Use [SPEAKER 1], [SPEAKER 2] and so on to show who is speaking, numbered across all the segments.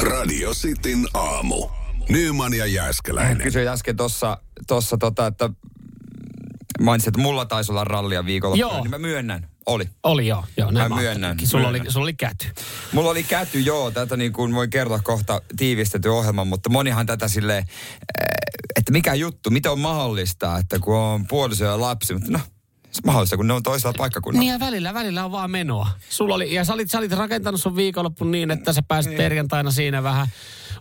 [SPEAKER 1] Radio Cityn aamu. Nyman ja Jääskeläinen.
[SPEAKER 2] Kysyin äsken tuossa, tossa tota, että mainitsit, että mulla taisi olla rallia viikolla.
[SPEAKER 3] Joo.
[SPEAKER 2] Niin mä myönnän. Oli.
[SPEAKER 3] Oli joo, joo näin
[SPEAKER 2] Mä myönnän,
[SPEAKER 3] ajattelinkin. Sulla oli,
[SPEAKER 2] myönnän. No.
[SPEAKER 3] sulla oli käty.
[SPEAKER 2] Mulla oli käty, joo, tätä niin kuin voin kertoa kohta tiivistetty ohjelman, mutta monihan tätä silleen, eh, että mikä juttu, mitä on mahdollista, että kun on puoliso ja lapsi, mutta no, se on mahdollista, kun ne on toisella paikkakunnalla.
[SPEAKER 3] Niin ja välillä, välillä on vaan menoa. Sulla oli, ja sä olit, sä olit rakentanut sun viikonloppun niin, että sä pääsit perjantaina siinä vähän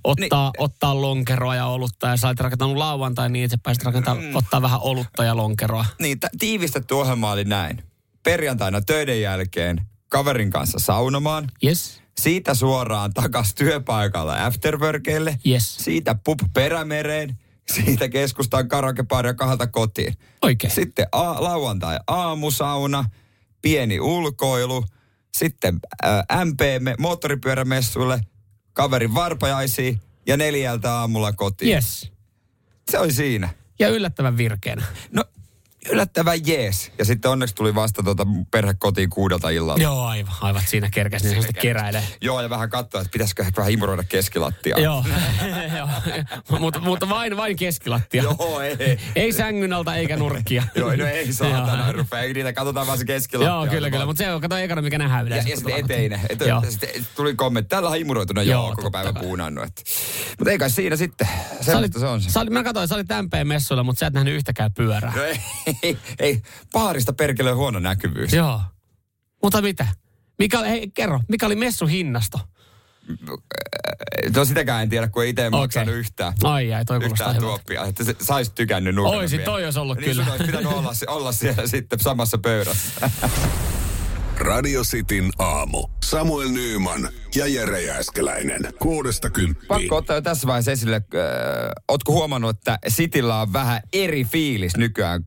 [SPEAKER 3] ottaa,
[SPEAKER 2] Niin.
[SPEAKER 3] ottaa lonkeroa ja olutta. Ja sä olit rakentanut lauantai niin, että sä pääsit rakentamaan,
[SPEAKER 2] Mm.
[SPEAKER 3] ottaa vähän olutta ja lonkeroa.
[SPEAKER 2] Niin, tä- tiivistetty ohjelma oli näin. Perjantaina töiden jälkeen kaverin kanssa saunomaan,
[SPEAKER 3] Yes.
[SPEAKER 2] siitä suoraan takas työpaikalla afterworkeille,
[SPEAKER 3] Yes.
[SPEAKER 2] siitä pup perämereen, siitä keskustaan karakeparia kahdelta kotiin.
[SPEAKER 3] Oikein.
[SPEAKER 2] Sitten a- lauantai aamusauna, pieni ulkoilu, sitten äh, MP moottoripyörämessuille, kaverin varpajaisiin ja neljältä aamulla kotiin.
[SPEAKER 3] Yes.
[SPEAKER 2] Se oli siinä.
[SPEAKER 3] Ja yllättävän virkeänä.
[SPEAKER 2] No yllättävän jees. Ja sitten onneksi tuli vasta tuota perhe kotiin kuudelta illalla.
[SPEAKER 3] Joo, aivan, aivan. Siinä kerkäs, niin se sitten keräilee.
[SPEAKER 2] Joo, ja vähän katsoa, että pitäisikö ehkä vähän imuroida keskilattia.
[SPEAKER 3] Joo, Joo. mutta, mutta vain, vain keskilattia.
[SPEAKER 2] Joo, ei.
[SPEAKER 3] Ei sängyn alta eikä nurkkia.
[SPEAKER 2] Joo, no ei saatana,
[SPEAKER 3] Joo.
[SPEAKER 2] rupea. Ei Niitä katsotaan vaan se keskilattia.
[SPEAKER 3] Joo, kyllä, kyllä. Mutta se on, kato ekana, mikä nähdään
[SPEAKER 2] Ja,
[SPEAKER 3] yleensä.
[SPEAKER 2] ja
[SPEAKER 3] kun
[SPEAKER 2] sitten
[SPEAKER 3] tullaan
[SPEAKER 2] eteinen.
[SPEAKER 3] kotiin.
[SPEAKER 2] Et,
[SPEAKER 3] Joo.
[SPEAKER 2] sitten tuli kommentti. Tällä on himuroituna joo,
[SPEAKER 3] Joo,
[SPEAKER 2] koko
[SPEAKER 3] totta
[SPEAKER 2] päivä
[SPEAKER 3] kai.
[SPEAKER 2] puunannut. Et. Mutta eikä siinä sitten.
[SPEAKER 3] Sä
[SPEAKER 2] Se,
[SPEAKER 3] olit,
[SPEAKER 2] se on se.
[SPEAKER 3] Sä olit, mä katsoin, sä olit MPn messuilla, mutta sä et nähnyt yhtäkään pyörää.
[SPEAKER 2] No ei, ei, ei, paarista perkele huono näkyvyys.
[SPEAKER 3] Joo. Mutta mitä? Mikä oli, hei, kerro, mikä oli messun hinnasto?
[SPEAKER 2] No sitäkään en tiedä, kun ei itse okay. maksanut yhtään.
[SPEAKER 3] Ai ai, toi No, kuulostaa
[SPEAKER 2] yhtään
[SPEAKER 3] hyvältä.
[SPEAKER 2] tuoppia, että se saisi tykännyt nurkan.
[SPEAKER 3] Oisit,
[SPEAKER 2] vielä.
[SPEAKER 3] toi olisi ollut
[SPEAKER 2] niin
[SPEAKER 3] kyllä.
[SPEAKER 2] Niin olisi pitänyt olla, se- olla siellä sitten samassa pöydässä.
[SPEAKER 1] Radio Cityn aamu. Samuel Nyyman ja Jere Jääskeläinen. Kuudesta kymppiin.
[SPEAKER 2] Pakko ottaa jo tässä vaiheessa esille, äh, ootko huomannut, että Sitillä on vähän eri fiilis nykyään?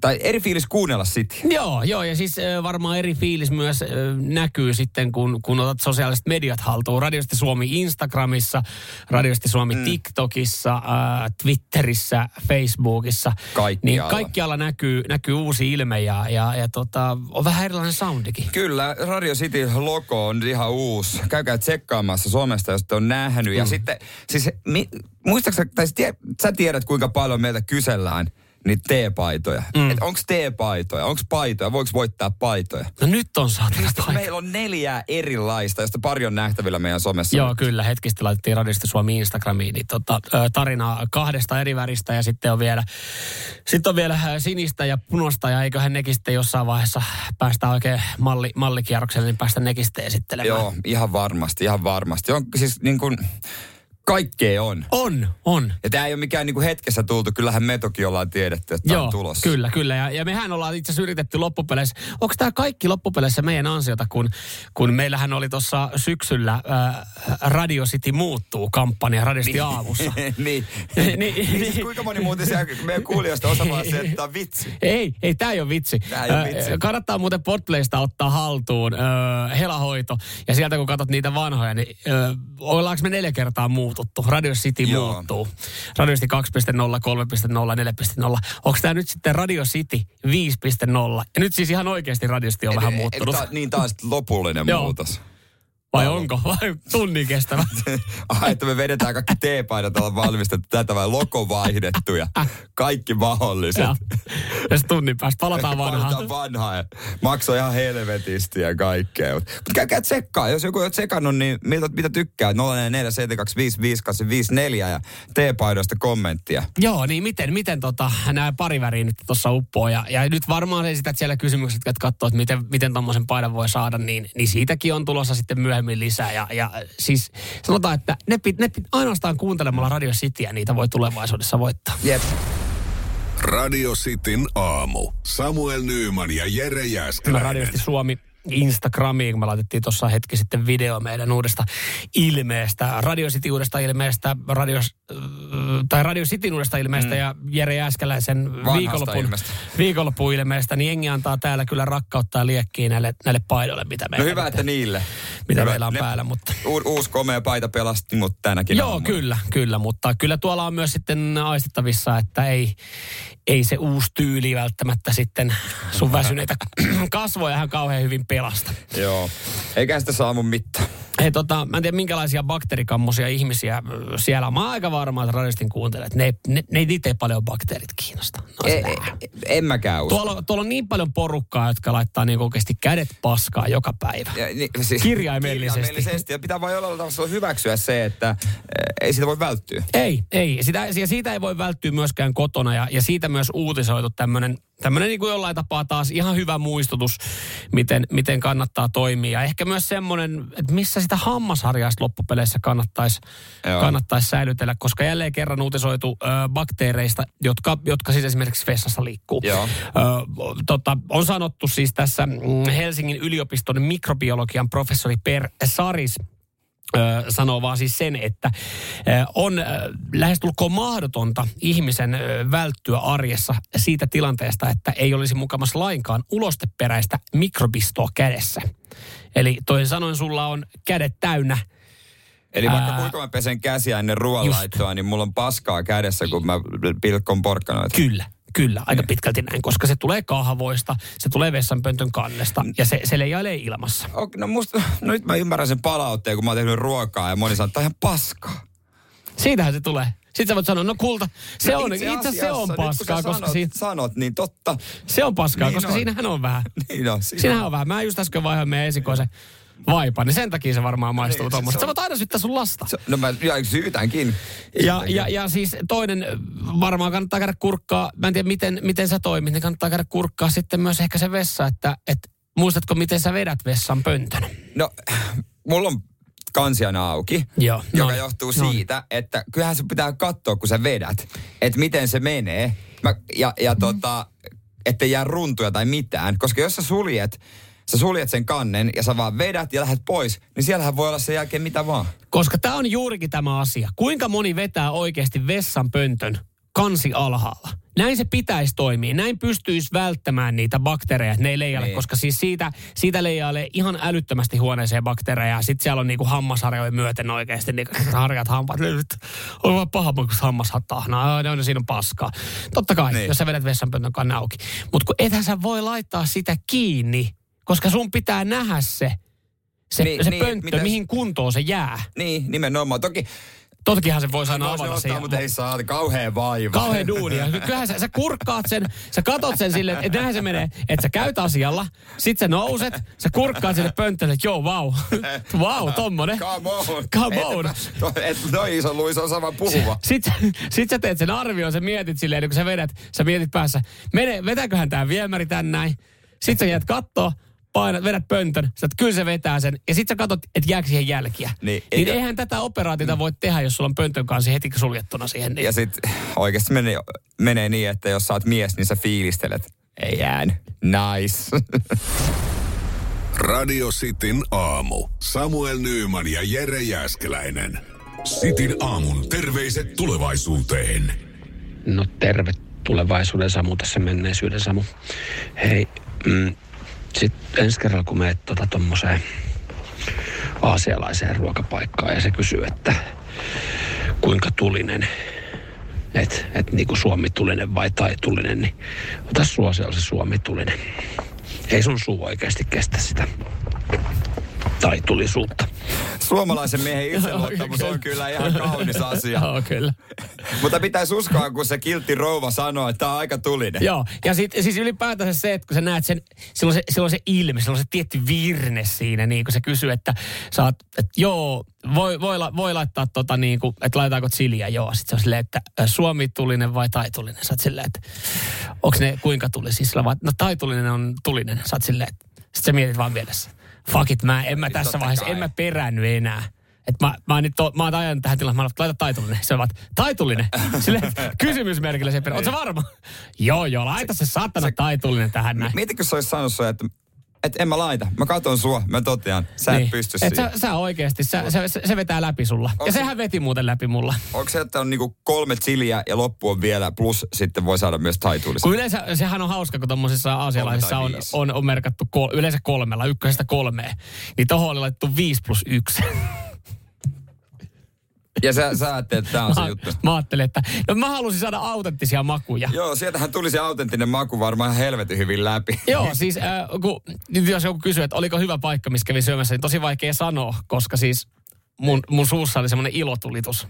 [SPEAKER 2] Tai eri fiilis kuunnella City.
[SPEAKER 3] Joo, joo, ja siis ö, varmaan eri fiilis myös ö, näkyy sitten, kun, kun otat sosiaaliset mediat haltuun. Radiosti Suomi Instagramissa, Radiosti Suomi TikTokissa, ö, Twitterissä, Facebookissa.
[SPEAKER 2] Kaikkialla.
[SPEAKER 3] Niin kaikkialla näkyy, näkyy uusi ilme ja, ja, ja tota, on vähän erilainen soundikin.
[SPEAKER 2] Kyllä, Radio City logo on ihan uusi. Käykää tsekkaamassa Suomesta, jos te on nähnyt.
[SPEAKER 3] Mm.
[SPEAKER 2] Ja sitten, siis mi, muistaaksä, tai siis tie, sä tiedät kuinka paljon meiltä kysellään niitä T-paitoja. Mm. Että onks T-paitoja, onks paitoja, voiko voittaa paitoja?
[SPEAKER 3] No nyt on saatana
[SPEAKER 2] Mistä
[SPEAKER 3] paikka.
[SPEAKER 2] meillä on neljää erilaista, josta pari on nähtävillä meidän somessa.
[SPEAKER 3] Joo, kyllä. Hetkistä laitettiin Radiosta Suomi Instagramiin niin tota, ö, tarinaa kahdesta eri väristä ja sitten on vielä, sitten on vielä ö, sinistä ja punosta ja eiköhän nekin sitten jossain vaiheessa päästä oikein malli, mallikierrokselle, niin päästä nekin sitten esittelemään.
[SPEAKER 2] Joo, ihan varmasti, ihan varmasti. On siis niin kuin, kaikkea on.
[SPEAKER 3] On, on.
[SPEAKER 2] Ja tämä ei ole mikään niin kuin hetkessä tultu, kyllähän me toki ollaan tiedetty, että tää
[SPEAKER 3] Joo,
[SPEAKER 2] on tulossa.
[SPEAKER 3] kyllä, kyllä. Ja, ja mehän ollaan itse asiassa yritetty loppupeleissä. Onko tämä kaikki loppupeleissä meidän ansiota, kun, kun meillähän oli tuossa syksyllä ää, Radio City muuttuu kampanja Radio City aamussa.
[SPEAKER 2] niin.
[SPEAKER 3] Niin.
[SPEAKER 2] niin. siis kuinka moni muuten siellä meidän kuulijoista osa vaan se, että tää on vitsi.
[SPEAKER 3] Ei, ei, tämä ei ole vitsi.
[SPEAKER 2] Tää ei oo
[SPEAKER 3] Ö,
[SPEAKER 2] vitsi.
[SPEAKER 3] Kannattaa muuten Podplaysta ottaa haltuun ö, helahoito. Ja sieltä kun katsot niitä vanhoja, niin ö, ollaanko me neljä kertaa muututtu? Radio City
[SPEAKER 2] Joo.
[SPEAKER 3] Joo. muuttuu. Radio City 2.0, 3.0, 4.0. Onko tämä nyt sitten Radio City 5.0? Ja nyt siis ihan oikeasti Radio City on vähän
[SPEAKER 2] Et- et-
[SPEAKER 3] muuttunut.
[SPEAKER 2] tää- niin taas lopullinen
[SPEAKER 3] Joo.
[SPEAKER 2] muutos.
[SPEAKER 3] Vai onko? Vai tunnin kestävä?
[SPEAKER 2] Ai, että me vedetään kaikki teepaidat olla valmistettu tätä vai loko vaihdettuja. Kaikki mahdolliset.
[SPEAKER 3] ja, ja sitten tunnin päästä palataan vanhaan.
[SPEAKER 2] Palataan vanhaa ja maksoi ihan helvetisti ja kaikkea. Mutta mut käykää tsekkaa, jos joku on tsekannut, niin mitä, mitä tykkää? 047255854 ja T-paidoista kommenttia.
[SPEAKER 3] Joo, niin miten, miten tota, nämä pari väriä nyt tuossa uppoaa. Ja, ja, nyt varmaan esität siellä kysymykset, jotka katsoo, että miten, miten tommosen paidan voi saada, niin, niin siitäkin on tulossa sitten myöhemmin lisää. Ja, ja siis sanotaan, että ne, pit, ne pit, ainoastaan kuuntelemalla Radio Cityä niitä voi tulevaisuudessa voittaa.
[SPEAKER 2] Jep.
[SPEAKER 1] Radio Cityn aamu. Samuel Nyyman ja Jere
[SPEAKER 3] Kyllä
[SPEAKER 1] Jääskeläinen.
[SPEAKER 3] Radio City Suomi Instagramiin, kun me laitettiin tuossa hetki sitten video meidän uudesta ilmeestä, Radio City uudesta ilmeestä, Radio, äh, tai Radio Cityn uudesta ilmeestä mm. ja Jere Jääskeläisen
[SPEAKER 2] Vanhasta
[SPEAKER 3] viikonlopun,
[SPEAKER 2] ilmeestä.
[SPEAKER 3] viikonlopun ilmeestä, niin jengi antaa täällä kyllä rakkautta ja liekkiä näille, näille paidoille, mitä
[SPEAKER 2] No
[SPEAKER 3] meillä,
[SPEAKER 2] hyvä, että niille.
[SPEAKER 3] mitä
[SPEAKER 2] Hyvä.
[SPEAKER 3] meillä on
[SPEAKER 2] Ne-
[SPEAKER 3] päällä, mutta...
[SPEAKER 2] U- uusi komea paita pelasti mut tänäkin
[SPEAKER 3] Joo,
[SPEAKER 2] aamuna.
[SPEAKER 3] kyllä, kyllä, mutta kyllä tuolla on myös sitten aistettavissa, että ei, ei se uusi tyyli välttämättä sitten sun väsyneitä kasvoja ihan kauhean hyvin pelasta.
[SPEAKER 2] Joo. Eikä sitä saa mun mittaan.
[SPEAKER 3] He, tota, mä en tiedä minkälaisia bakteerikammosia ihmisiä ö, siellä on. Mä oon aika varma, että radistin kuuntelet. Ne, ne, ne niitä ei paljon bakteerit kiinnosta. No,
[SPEAKER 2] E, e, en mäkään usko.
[SPEAKER 3] tuolla, tuolla on niin paljon porukkaa, jotka laittaa niin oikeasti kädet paskaa joka päivä.
[SPEAKER 2] Ja, niin, siis,
[SPEAKER 3] Kirjaimellisesti.
[SPEAKER 2] kirjaimellisesti. Ja pitää vain jollain tavalla hyväksyä se, että eh, ei siitä voi välttyä.
[SPEAKER 3] Ei, ei. Sitä, ja siitä ei voi välttyä myöskään kotona ja, ja siitä myös uutisoitu tämmöinen tämmönen niin kuin jollain tapaa taas ihan hyvä muistutus, miten, miten kannattaa toimia. Ja ehkä myös semmoinen, että missä sitä hammasharjaista loppupeleissä kannattaisi
[SPEAKER 2] Joo.
[SPEAKER 3] kannattais säilytellä, koska jälleen kerran uutisoitu ö, bakteereista, jotka, jotka siis esimerkiksi vessassa liikkuu.
[SPEAKER 2] Joo.
[SPEAKER 3] Ö, tota, on sanottu siis tässä mm, Helsingin yliopiston mikrobiologian professori Per Saris, ö, sanoo vaan siis sen, että ö, on ö, lähestulkoon mahdotonta ihmisen ö, välttyä arjessa siitä tilanteesta, että ei olisi mukamas lainkaan ulosteperäistä mikrobistoa kädessä. Eli toisin sanoen sulla on kädet täynnä
[SPEAKER 2] Eli vaikka
[SPEAKER 3] Ää.
[SPEAKER 2] kuinka mä pesen käsiä ennen ruoanlaittoa, niin mulla on paskaa kädessä, kun mä pilkkon porkkanoita.
[SPEAKER 3] Kyllä, kyllä, aika pitkälti näin, koska se tulee kahvoista, se tulee vessanpöntön kannesta ja se, se leijailee ilmassa.
[SPEAKER 2] Okei, no musta, no nyt mä ymmärrän sen palautteen, kun mä oon tehnyt ruokaa ja moni sanoo, että tää on ihan paskaa.
[SPEAKER 3] Siitähän se tulee. Sitten sä voit sanoa, no kulta, se
[SPEAKER 2] No
[SPEAKER 3] on, itse asiassa se on
[SPEAKER 2] nyt kun sä
[SPEAKER 3] paskaa, koska
[SPEAKER 2] sanot,
[SPEAKER 3] siinä,
[SPEAKER 2] sanot, niin totta.
[SPEAKER 3] se on paskaa,
[SPEAKER 2] Niin
[SPEAKER 3] koska
[SPEAKER 2] on.
[SPEAKER 3] siinähän on vähän.
[SPEAKER 2] Niin on, siinä
[SPEAKER 3] Sinähän on vähän. Mä just äsken vaihoin meidän esikoisen vaipan, niin sen takia se varmaan maistuu
[SPEAKER 2] Niin,
[SPEAKER 3] niin,
[SPEAKER 2] se-
[SPEAKER 3] tuommoista.
[SPEAKER 2] se
[SPEAKER 3] Sä
[SPEAKER 2] on-
[SPEAKER 3] voit aina syyttää sun lasta.
[SPEAKER 2] Se- No mä ja syytänkin.
[SPEAKER 3] Ja,
[SPEAKER 2] niin.
[SPEAKER 3] ja, ja siis toinen, varmaan kannattaa käydä kurkkaa, mä en tiedä miten, miten sä toimit, niin kannattaa käydä kurkkaa sitten myös ehkä se vessa, että, että muistatko miten sä vedät vessan pöntön?
[SPEAKER 2] No, mulla on kansiana auki,
[SPEAKER 3] Joo,
[SPEAKER 2] joka
[SPEAKER 3] no,
[SPEAKER 2] johtuu
[SPEAKER 3] no.
[SPEAKER 2] siitä, että kyllähän se pitää katsoa, kun sä vedät, että miten se menee. Mä, ja ja
[SPEAKER 3] Mhm.
[SPEAKER 2] tota, ettei jää runtuja tai mitään, koska jos sä suljet, sä suljet sen kannen ja sä vaan vedät ja lähdet pois, niin siellähän voi olla sen jälkeen mitä vaan.
[SPEAKER 3] Koska tämä on juurikin tämä asia. Kuinka moni vetää oikeasti vessan pöntön kansi alhaalla? Näin se pitäisi toimia. Näin pystyisi välttämään niitä bakteereja, että ne ei leijaile,
[SPEAKER 2] Niin.
[SPEAKER 3] koska siis siitä, siitä leijailee ihan älyttömästi huoneeseen bakteereja. Sitten siellä on niinku hammasharjoja myöten oikeasti, niin harjat, hampaat, nyt on vaan paha, kun hammas hattaa. No, no, no, siinä on paskaa. Totta kai,
[SPEAKER 2] Niin.
[SPEAKER 3] niin. jos sä vedät vessanpöntön kannen auki. Mutta kun ethän sä voi laittaa sitä kiinni, koska sun pitää nähdä se, se,
[SPEAKER 2] Niin,
[SPEAKER 3] niin,
[SPEAKER 2] niin,
[SPEAKER 3] se niin,
[SPEAKER 2] et
[SPEAKER 3] pönttö,
[SPEAKER 2] mitä-
[SPEAKER 3] mihin kuntoon se jää.
[SPEAKER 2] Niin, nimenomaan. Toki
[SPEAKER 3] Tokihan se voisi aina
[SPEAKER 2] no, se
[SPEAKER 3] avata
[SPEAKER 2] ottaa,
[SPEAKER 3] sen.
[SPEAKER 2] mutta ei saa kauhean vaiva.
[SPEAKER 3] Kauhean duunia. Kyllähän sä, sä kurkkaat sen, sä katot sen silleen, että näinhän se menee, että sä käyt asialla, sit sä nouset, sä kurkkaat sinne pönttöön, että joo, vau, vau, tommonen.
[SPEAKER 2] Come on.
[SPEAKER 3] Come on.
[SPEAKER 2] Et, no, et, no iso Luisa on sama puhuva.
[SPEAKER 3] Sitten sit sä teet sen arvion, sä mietit silleen, niin kun sä vedät, sä mietit päässä, mene, vetäköhän tää viemäri tän näin. Sitten sä jäät kattoo, painat, vedät pöntön, sä oot, kyllä se vetää sen, ja sitten sä katot, että jääkö siihen jälkiä.
[SPEAKER 2] Niin,
[SPEAKER 3] Niin,
[SPEAKER 2] eikä-
[SPEAKER 3] eihän tätä operaatiota voi tehdä, jos sulla on pöntön kansi heti suljettuna siihen. Niin.
[SPEAKER 2] Ja sit oikeasti menee, menee niin, että jos sä oot mies, niin sä fiilistelet. Ei jäänyt. Nice.
[SPEAKER 1] Radio Cityn aamu. Samuel Nyyman ja Jere Jäskeläinen. Sitin aamun terveiset tulevaisuuteen.
[SPEAKER 4] No terve tulevaisuuden Samu tässä menneisyyden Samu. Hei, mm, sitten ensi kerralla kun menet tuota tommoseen aasialaiseen ruokapaikkaan ja se kysyy, että kuinka tulinen, että et niinku suomitulinen vai taitulinen, niin ota suosiolla se suomitulinen. Ei sun suu oikeasti kestä sitä taitulisuutta.
[SPEAKER 2] Suomalaisen miehen itseluottamus on kyllä ihan kaunis asia.
[SPEAKER 3] Joo, kyllä.
[SPEAKER 2] Mutta pitäisi uskoa, kun se kiltti rouva sanoo, että tämä on aika tulinen.
[SPEAKER 3] Joo, ja sit, siis ylipäätänsä se, että kun sä näet sen, silloin se, silloin se ilme, silloin se tietty virne siinä, niin kun se kysyy, että sä oot, että joo, voi, voi, la- voi laittaa tota niin kuin, että laitaanko chiliä, joo. Sitten se on silleen, että ä, suomitulinen vai taitulinen? Sä oot silleen, että onks ne kuinka tuli? Siis sillä vaan, no taitulinen on tulinen. Sä oot silleen, että sit sä mietit vaan mielessä. Fuck it, mä en mä
[SPEAKER 2] Niin
[SPEAKER 3] tässä
[SPEAKER 2] totta
[SPEAKER 3] vaiheessa,
[SPEAKER 2] kai.
[SPEAKER 3] en mä peräänny enää. Et mä, mä, oon nyt to, mä oon ajanut tähän tilaan, mä oon, laita taitullinen. Se on vaan, taitullinen? Silleen, kysymysmerkillä se perä. Oot sä
[SPEAKER 2] Niin.
[SPEAKER 3] varma? Joo, joo, laita se saatana taitullinen tähän näin.
[SPEAKER 2] Mieti, kun se olisi sanonut sulle, että, että en mä laita. Mä katon sua, mä totean. Sä niin. et pysty
[SPEAKER 3] Et
[SPEAKER 2] siihen.
[SPEAKER 3] sä, sä oikeesti, sä, se, se, se vetää läpi sulla.
[SPEAKER 2] Onko
[SPEAKER 3] Ja
[SPEAKER 2] se-
[SPEAKER 3] sehän veti muuten läpi mulla.
[SPEAKER 2] Onko se, että on niinku kolme chiliä ja loppu on vielä, plus sitten voi saada myös taitullisen?
[SPEAKER 3] Kun yleensä, sehän on hauska, kun tuommoisissa aasialaisissa
[SPEAKER 2] Kolme tai
[SPEAKER 3] on,
[SPEAKER 2] viisi.
[SPEAKER 3] on, on merkattu kol, yleensä kolmella, ykkösestä kolmeen. Niin tohon oli laitettu 5 plus 1.
[SPEAKER 2] Ja sä, sä ajattelet, että tämä on se juttu.
[SPEAKER 3] Mä ajattelin, että no mä halusin saada autenttisia makuja.
[SPEAKER 2] Joo, sieltähän tuli se autenttinen maku varmaan ihan helvetin hyvin läpi.
[SPEAKER 3] Joo, siis äh, kun, nyt jos joku kysyy, että oliko hyvä paikka, missä kävin syömässä, niin tosi vaikea sanoa, koska siis mun, mun suussa oli semmoinen ilotulitus.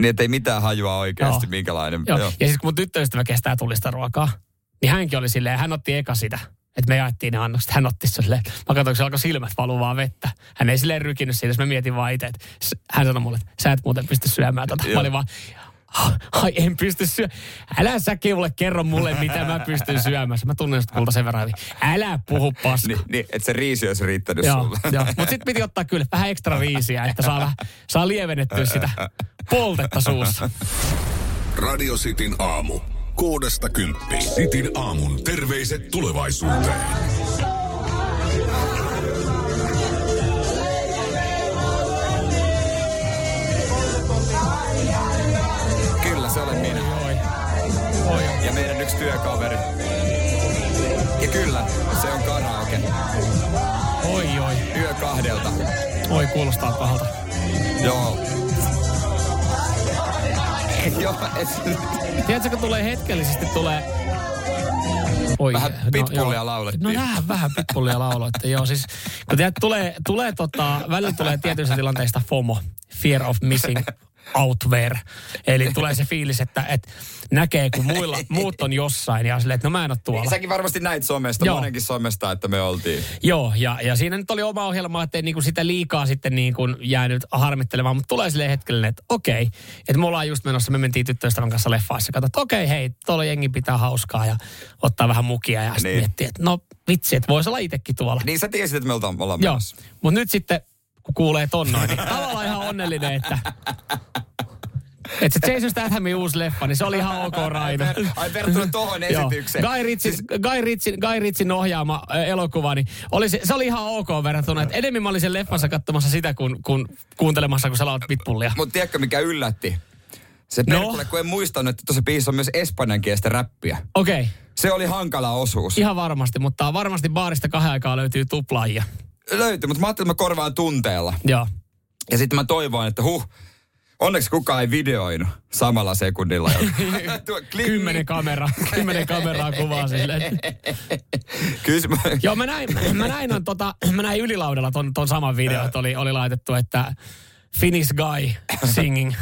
[SPEAKER 2] Niin, ettei mitään hajua oikeasti,
[SPEAKER 3] Joo.
[SPEAKER 2] minkälainen.
[SPEAKER 3] Joo. Ja siis kun mun tyttöystävä kestää tulista ruokaa, niin hänkin oli silleen, hän otti eka sitä. Että me jaettiin ne annokset, hän otti sen silleen. Mä katsoin, kun se alkoi silmät valuvaa vettä. Hän ei silleen rykinyt siinä, jos mä mietin vaan itse, että s- hän sanoi mulle, että sä et muuten pysty syömään tätä. Mä
[SPEAKER 2] Joo.
[SPEAKER 3] olin vaan, "Ha- ai en pysty syömään. Älä säkin mulle kerro mulle, mitä mä pystyn syömään. Mä tunnen sut kulta sen verran hyvin. Älä puhu paskaa.
[SPEAKER 2] Ni, niin, että se riisi olisi riittänyt
[SPEAKER 3] Joo,
[SPEAKER 2] sulle.
[SPEAKER 3] joo. mutta sitten piti ottaa kyllä vähän ekstra riisiä, että saa, vähän- saa lievennettyä sitä poltetta suussa.
[SPEAKER 1] Radio Cityn aamu. Kuudesta kymppiin. Cityn aamun terveiset tulevaisuuteen.
[SPEAKER 2] Kyllä, se olen minä.
[SPEAKER 3] Oi.
[SPEAKER 2] Ja meidän yksi työkaveri. Ja kyllä, se on karaoke.
[SPEAKER 3] Oi, oi.
[SPEAKER 2] Yö kahdelta.
[SPEAKER 3] Oi, kuulostaa pahalta.
[SPEAKER 2] Joo. Joo, et,
[SPEAKER 3] Tiedätkö, kun tulee hetkellisesti, tulee... Oi,
[SPEAKER 2] Vähän pitbullia
[SPEAKER 3] joo.
[SPEAKER 2] laulettiin.
[SPEAKER 3] No nää, vähän pitbullia lauloitte, joo. Siis, kun tiedät, tulee, tulee tota, välillä tulee tietyissä tilanteista FOMO, Fear of Missing Out there. Eli tulee se fiilis, että, että näkee, kun muilla, muut on jossain ja on silleen, että no mä en ole tuolla.
[SPEAKER 2] säkin varmasti näit somesta,
[SPEAKER 3] Joo.
[SPEAKER 2] monenkin somesta, että me oltiin.
[SPEAKER 3] Joo, ja, ja siinä nyt oli oma ohjelma, ettei niinku sitä liikaa sitten niinku jäänyt harmittelemaan, mutta tulee sille hetkelle, että okei, että me ollaan just menossa, me mentiin tyttöystävän kanssa leffaissa, katsotaan, että okei, hei, tuolla jengi pitää hauskaa ja ottaa vähän mukia ja sitten
[SPEAKER 2] Niin.
[SPEAKER 3] miettii, että no vitsi, että voisi olla itsekin tuolla.
[SPEAKER 2] Niin sä tiesit, että me oltaan, ollaan
[SPEAKER 3] Joo,
[SPEAKER 2] menossa.
[SPEAKER 3] mutta nyt sitten, kun kuulee ton noin, niin tavallaan ihan onnellinen, että... Että se Jason Stathamin uusi leffa, niin se oli ihan ok Raino.
[SPEAKER 2] Ai ver- ai verrattuna tohon
[SPEAKER 3] Joo.
[SPEAKER 2] esitykseen.
[SPEAKER 3] Guy Ritsin, Guy, Ritsin, Guy Ritsin ohjaama ö, elokuva, niin oli se, se oli ihan ok verrattuna. Että enemmän mä olin sen leffansa katsomassa sitä, kun, kun kuuntelemassa, kun sä laat pitbullia.
[SPEAKER 2] Mutta tiedätkö, mikä yllätti? Se
[SPEAKER 3] No.
[SPEAKER 2] perkele, kun en muistanut, että tuossa biisissä on myös espanjankielistä räppiä.
[SPEAKER 3] Okei, okay,
[SPEAKER 2] Se oli hankala osuus.
[SPEAKER 3] ihan varmasti, mutta varmasti baarista kahden aikaa löytyy tuplaajia.
[SPEAKER 2] Löytyi, mutta mä ajattelin, että mä korvaan tunteella.
[SPEAKER 3] Joo.
[SPEAKER 2] Ja sitten mä toivoin, että huh, onneksi kukaan ei videoinut samalla sekunnilla. Tuo klik-
[SPEAKER 3] Kymmenen kameraa, kymmenen kameraa kuvaa silleen.
[SPEAKER 2] Kyllä se-
[SPEAKER 3] Joo, mä näin, mä näin, on, tota, mä näin ylilaudalla ton, ton saman videon, että oli, oli laitettu, että Finnish guy singing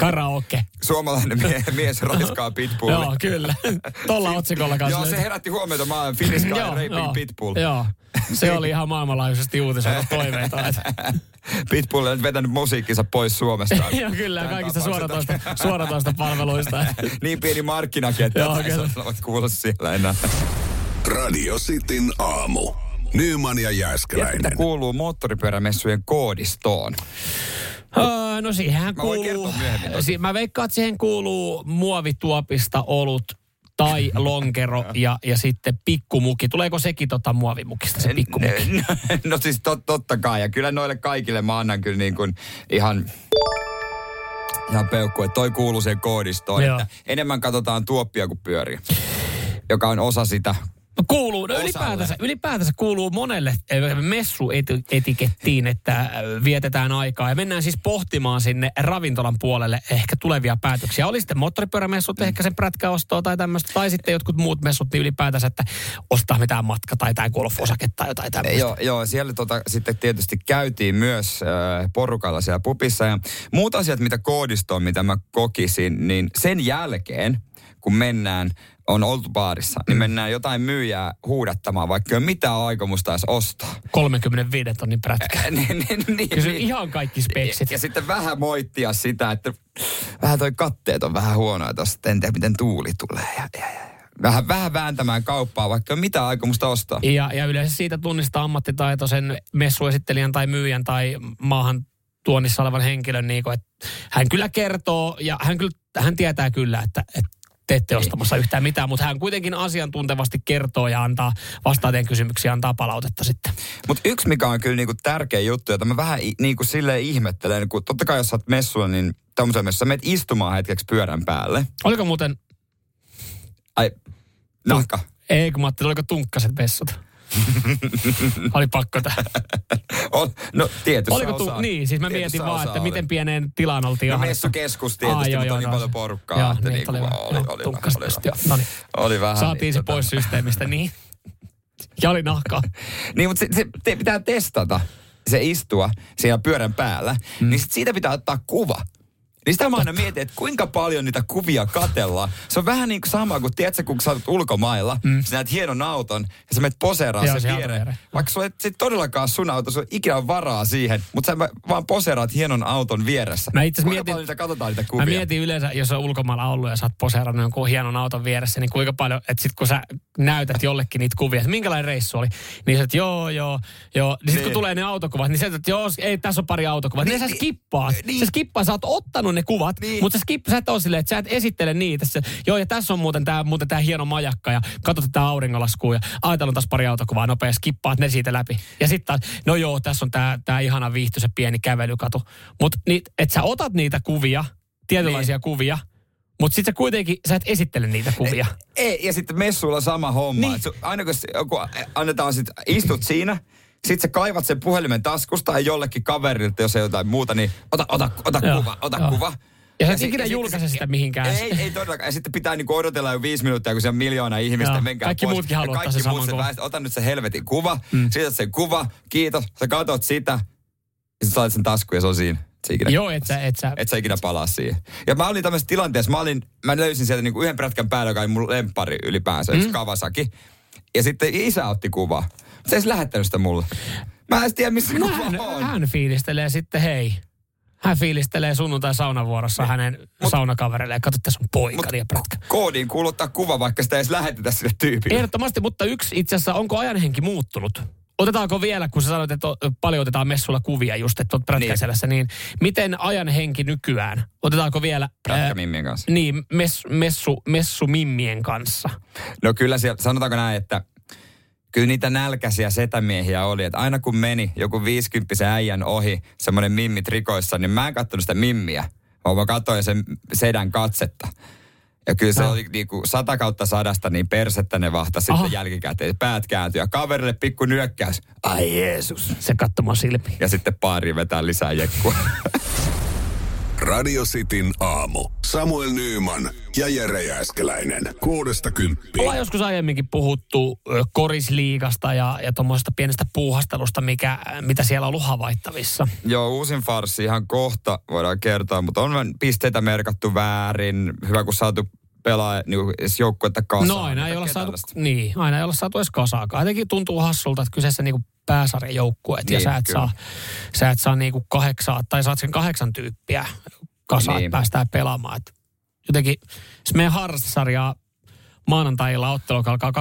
[SPEAKER 3] karaoke.
[SPEAKER 2] suomalainen mie- mies raiskaa pitbullia.
[SPEAKER 3] Joo, kyllä. Tolla otsikolla kanssa.
[SPEAKER 2] Joo, se
[SPEAKER 3] löytyy.
[SPEAKER 2] herätti huomiota. Mä olen Finnish guy raping pitbull.
[SPEAKER 3] Mm, Joo, se oli ihan maailmanlaajuisesti uutisoida toiveita. että-
[SPEAKER 2] Pitbull on vetänyt musiikkinsa pois Suomesta.
[SPEAKER 3] Joo, kyllä,
[SPEAKER 2] Tämän
[SPEAKER 3] kaikista
[SPEAKER 2] tapauksesta.
[SPEAKER 3] suoratoista, suoratoista palveluista.
[SPEAKER 2] niin pieni markkinakin, että
[SPEAKER 3] Joo,
[SPEAKER 2] Joo, ei
[SPEAKER 3] kyllä.
[SPEAKER 2] saa kuulla siellä enää.
[SPEAKER 1] Radio Cityn aamu. Nyman ja
[SPEAKER 2] Mitä
[SPEAKER 1] Jääskeläinen.
[SPEAKER 2] kuuluu moottoripyörämessujen koodistoon?
[SPEAKER 3] Öö, no siihenhän
[SPEAKER 2] Mä voin
[SPEAKER 3] kuuluu...
[SPEAKER 2] kertoa myöhemmin toki.
[SPEAKER 3] si- mä veikkaan, että siihen kuuluu muovituopista olut tai lonkero ja, ja sitten pikkumukki. Tuleeko sekin tota muovimukista se pikkumukki?
[SPEAKER 2] No siis tot, totta kai. Ja kyllä noille kaikille mä annan kyllä niin kuin ihan ihan peukku, että toi kuuluu siihen koodistoon.
[SPEAKER 3] Joo.
[SPEAKER 2] Että enemmän katsotaan tuoppia kuin pyöriä, joka on osa sitä.
[SPEAKER 3] No kuuluu, no
[SPEAKER 2] Osalle.
[SPEAKER 3] ylipäätänsä, ylipäätänsä kuuluu monelle eh, messuetikettiin, että eh, vietetään aikaa. Ja mennään siis pohtimaan sinne ravintolan puolelle ehkä tulevia päätöksiä. Oli sitten moottoripyörämessut, mm. ehkä sen prätkäostoa tai tämmöistä, tai sitten jotkut muut messut, niin ylipäätänsä, että ostaa mitään matka tai tämä golfosake tai jotain tämmöistä.
[SPEAKER 2] Joo, joo siellä tota, sitten tietysti käytiin myös äh, porukalla siellä pupissa. Ja muut asiat, mitä koodistoon, mitä mä kokisin, niin sen jälkeen, kun mennään, on oltu baarissa, niin mennään jotain myyjää huudattamaan, vaikka ei ole mitään aikomusta edes ostaa.
[SPEAKER 3] 35 tonnin prätkä.
[SPEAKER 2] niin, niin, niin,
[SPEAKER 3] Kysy
[SPEAKER 2] niin.
[SPEAKER 3] ihan kaikki speksit.
[SPEAKER 2] Ja, ja sitten vähän moittia sitä, että vähän toi katteet on vähän huonoja tossa, että en tiedä miten tuuli tulee. Ja, ja, ja. Vähän, vähän vääntämään kauppaa, vaikka ei ole mitään aikomusta ostaa.
[SPEAKER 3] Ja, ja yleensä siitä tunnistaa ammattitaitoisen messuesittelijän tai myyjän tai maahan tuonnissa olevan henkilön, niin kuin, että hän kyllä kertoo ja hän, kyllä, hän tietää kyllä, että, että te ette
[SPEAKER 2] Niin.
[SPEAKER 3] ostamassa yhtään mitään, mutta hän kuitenkin asiantuntevasti kertoo ja antaa vastaa teidän kysymyksiä, antaa palautetta sitten.
[SPEAKER 2] Mutta yksi, mikä on kyllä niinku tärkeä juttu, jota mä vähän i- niinku silleen ihmettelen, kun totta kai jos sä oot messuilla, niin tämmöisen messuilla, sä menet istumaan hetkeksi pyörän päälle.
[SPEAKER 3] Oliko muuten,
[SPEAKER 2] Ai, nahka.
[SPEAKER 3] ei kun mä ajattelin, oliko tunkkaset messut? Oli pakko tähän.
[SPEAKER 2] On, no tietyssä
[SPEAKER 3] Oliko tu-
[SPEAKER 2] osaa.
[SPEAKER 3] niin, siis mä
[SPEAKER 2] Tietyssä
[SPEAKER 3] mietin vaan,
[SPEAKER 2] osaa
[SPEAKER 3] että
[SPEAKER 2] oli.
[SPEAKER 3] miten pieneen tilaan oltiin
[SPEAKER 2] No
[SPEAKER 3] ahdettu.
[SPEAKER 2] messukeskus tietysti,
[SPEAKER 3] Aa,
[SPEAKER 2] mutta on niin
[SPEAKER 3] no,
[SPEAKER 2] paljon
[SPEAKER 3] se-
[SPEAKER 2] porukkaa,
[SPEAKER 3] Joo,
[SPEAKER 2] että
[SPEAKER 3] niin,
[SPEAKER 2] niinku
[SPEAKER 3] oli,
[SPEAKER 2] vaan
[SPEAKER 3] vähän-
[SPEAKER 2] oli-
[SPEAKER 3] no,
[SPEAKER 2] oli vähän-
[SPEAKER 3] tunkkas
[SPEAKER 2] oli
[SPEAKER 3] tästä,
[SPEAKER 2] vähän-
[SPEAKER 3] joo. No niin.
[SPEAKER 2] Oli vähän
[SPEAKER 3] Saatiin
[SPEAKER 2] niin,
[SPEAKER 3] se
[SPEAKER 2] tota-
[SPEAKER 3] pois systeemistä, niin. Ja oli nahkaa.
[SPEAKER 2] Niin, mutta se, se te pitää testata se istua siellä pyörän päällä, mm. niin sit siitä pitää ottaa kuva. Niin sitä mä aina mietin, että kuinka paljon niitä kuvia katellaan. Se on vähän niin kuin sama kuin, tiedätkö, kun sä oot ulkomailla, mm. sä näet hienon auton ja sä menet poseeraan
[SPEAKER 3] Joo,
[SPEAKER 2] sen
[SPEAKER 3] se auton
[SPEAKER 2] viereen.
[SPEAKER 3] viereen.
[SPEAKER 2] Vaikka sulla ei sit todellakaan sun auto, sulla ei ikinä ole varaa siihen, mutta sä va- vaan poseeraat hienon auton vieressä.
[SPEAKER 3] Mä itse asiassa
[SPEAKER 2] kuinka
[SPEAKER 3] mietin-
[SPEAKER 2] paljon niitä katsotaan niitä
[SPEAKER 3] Mä
[SPEAKER 2] kuvia?
[SPEAKER 3] mietin yleensä, jos on ulkomailla ollut ja sä oot poseerannut jonkun hienon auton vieressä, niin kuinka paljon, että sit kun sä näytät jollekin niitä kuvia, että minkälainen reissu oli, niin sä oot, joo, joo, joo. Niin sit kun
[SPEAKER 2] Niin.
[SPEAKER 3] tulee ne autokuvat, niin sä oot, joo, ei, tässä on pari autokuvat. Niin,
[SPEAKER 2] Niin,
[SPEAKER 3] niin sä
[SPEAKER 2] niin,
[SPEAKER 3] skippaat.
[SPEAKER 2] niin.
[SPEAKER 3] Niin. Sä skippaat, sä oot ottanut ne kuvat,
[SPEAKER 2] Niin.
[SPEAKER 3] niin. mutta sä, skip, sä et oo silleen, että sä et esittele niitä. Sä, joo, ja tässä on muuten tää, muuten tää hieno majakka ja katsot tätä auringonlaskua ja ajatellaan taas pari autokuvaa nopea, skippaat ne siitä läpi. Ja sitten taas, no joo, tässä on tää, tää ihana viihtyisä pieni kävelykatu. Mutta et sä otat niitä kuvia, tietynlaisia niin. kuvia, mutta sitten sä kuitenkin, sä et esittele niitä kuvia.
[SPEAKER 2] Ei, ja sitten messuilla sama homma.
[SPEAKER 3] Niin.
[SPEAKER 2] Niin. Sun, aina kun, s- joku, annetaan sit, istut siinä, sit sä kaivat sen puhelimen taskusta ja jollekin kaverilta, jos ei jotain muuta, niin ota, ota, ota
[SPEAKER 3] Joo,
[SPEAKER 2] kuva, ota
[SPEAKER 3] joo.
[SPEAKER 2] kuva.
[SPEAKER 3] Ja sä et
[SPEAKER 2] sit-
[SPEAKER 3] ikinä
[SPEAKER 2] sit-
[SPEAKER 3] julkaise sitä mihinkään.
[SPEAKER 2] Ei, ei todellakaan. Ja sitten pitää niinku odotella jo viisi minuuttia, kun siellä on miljoona ihmistä.
[SPEAKER 3] Joo,
[SPEAKER 2] Menkää
[SPEAKER 3] kaikki
[SPEAKER 2] pois.
[SPEAKER 3] muutkin
[SPEAKER 2] Ja
[SPEAKER 3] haluaa ottaa
[SPEAKER 2] kaikki
[SPEAKER 3] sen
[SPEAKER 2] muut
[SPEAKER 3] saman
[SPEAKER 2] sen
[SPEAKER 3] kuvan.
[SPEAKER 2] väest- Ota nyt se helvetin kuva, mm. siitä sen kuva, kiitos. Sä katot sitä, ja sä saat sen tasku ja se on siinä. Se ikinä
[SPEAKER 3] Joo, et sä, et sä,
[SPEAKER 2] et sä ikinä palaa siihen. Ja mä olin tämmöisessä tilanteessa, mä, olin, mä löysin sieltä niinku yhden pätkän päällä, joka oli mun lempari ylipäänsä, mm. Kawasaki. Ja sitten isä otti kuvaa. Se ei edes lähettänyt sitä mulle. Mä en edes tiedä, missä
[SPEAKER 3] No
[SPEAKER 2] kuva
[SPEAKER 3] hän,
[SPEAKER 2] on.
[SPEAKER 3] hän fiilistelee sitten hei. Hän fiilistelee sunnuntai saunavuorossa hänen saunakavereilleen. Kato, tässä on
[SPEAKER 2] Mut
[SPEAKER 3] poika, niin prätkä.
[SPEAKER 2] koodiin kuuluttaa kuva, vaikka sitä ei edes lähetetä sille tyypille.
[SPEAKER 3] Ehdottomasti, mutta yksi itse asiassa, onko ajanhenki muuttunut? Otetaanko vielä, kun sä sanoit, että o- paljon otetaan messulla kuvia just, että oot prätkäselässä, niin. niin miten ajanhenki nykyään? Otetaanko vielä ää,
[SPEAKER 2] Mimmien kanssa.
[SPEAKER 3] niin, mess, messu, messu mimmien kanssa?
[SPEAKER 2] No kyllä siellä, sanotaanko näin, että kyllä niitä nälkäisiä setämiehiä oli. Että aina kun meni joku 50 äijän ohi, semmoinen mimmi trikoissa, niin mä en kattonut sitä mimmiä, vaan mä katsoin sen sedän katsetta. Ja kyllä se
[SPEAKER 3] Joo.
[SPEAKER 2] oli niinku sata kautta sadasta, niin persettä ne vahta
[SPEAKER 3] Aha.
[SPEAKER 2] sitten jälkikäteen. Päät kääntyi ja kaverille pikku nyökkäys. Ai Jeesus.
[SPEAKER 3] Se katsomaan silmiin.
[SPEAKER 2] Ja sitten paari vetää lisää jekkua.
[SPEAKER 1] Radio Cityn aamu. Samuel Nyyman ja Jere Jääskeläinen. Kuudesta kymppiin.
[SPEAKER 3] Ollaan joskus aiemminkin puhuttu ö, korisliigasta ja, ja tuommoisesta pienestä puuhastelusta, mikä, mitä siellä on ollut havaittavissa.
[SPEAKER 2] Joo, uusin farsi ihan kohta voidaan kertoa, mutta on vähän pisteitä merkattu väärin. Hyvä, kun saatu pelaa niin joukkuetta kasaan.
[SPEAKER 3] No aina ei,
[SPEAKER 2] Kaikkea
[SPEAKER 3] olla saatu,
[SPEAKER 2] tällaista.
[SPEAKER 3] niin, aina ei olla saatu edes kasaakaan. Jotenkin tuntuu hassulta, että kyseessä niinku pääsarjajoukkueet niin, ja
[SPEAKER 2] Niin,
[SPEAKER 3] sä et
[SPEAKER 2] kyllä.
[SPEAKER 3] saa, sä et saa niinku kahdeksaa, tai saat sen kahdeksan tyyppiä kasaan, niin.
[SPEAKER 2] Niin.
[SPEAKER 3] että päästään pelaamaan. Et jotenkin se meidän harrastusarjaa maanantailla ottelu alkaa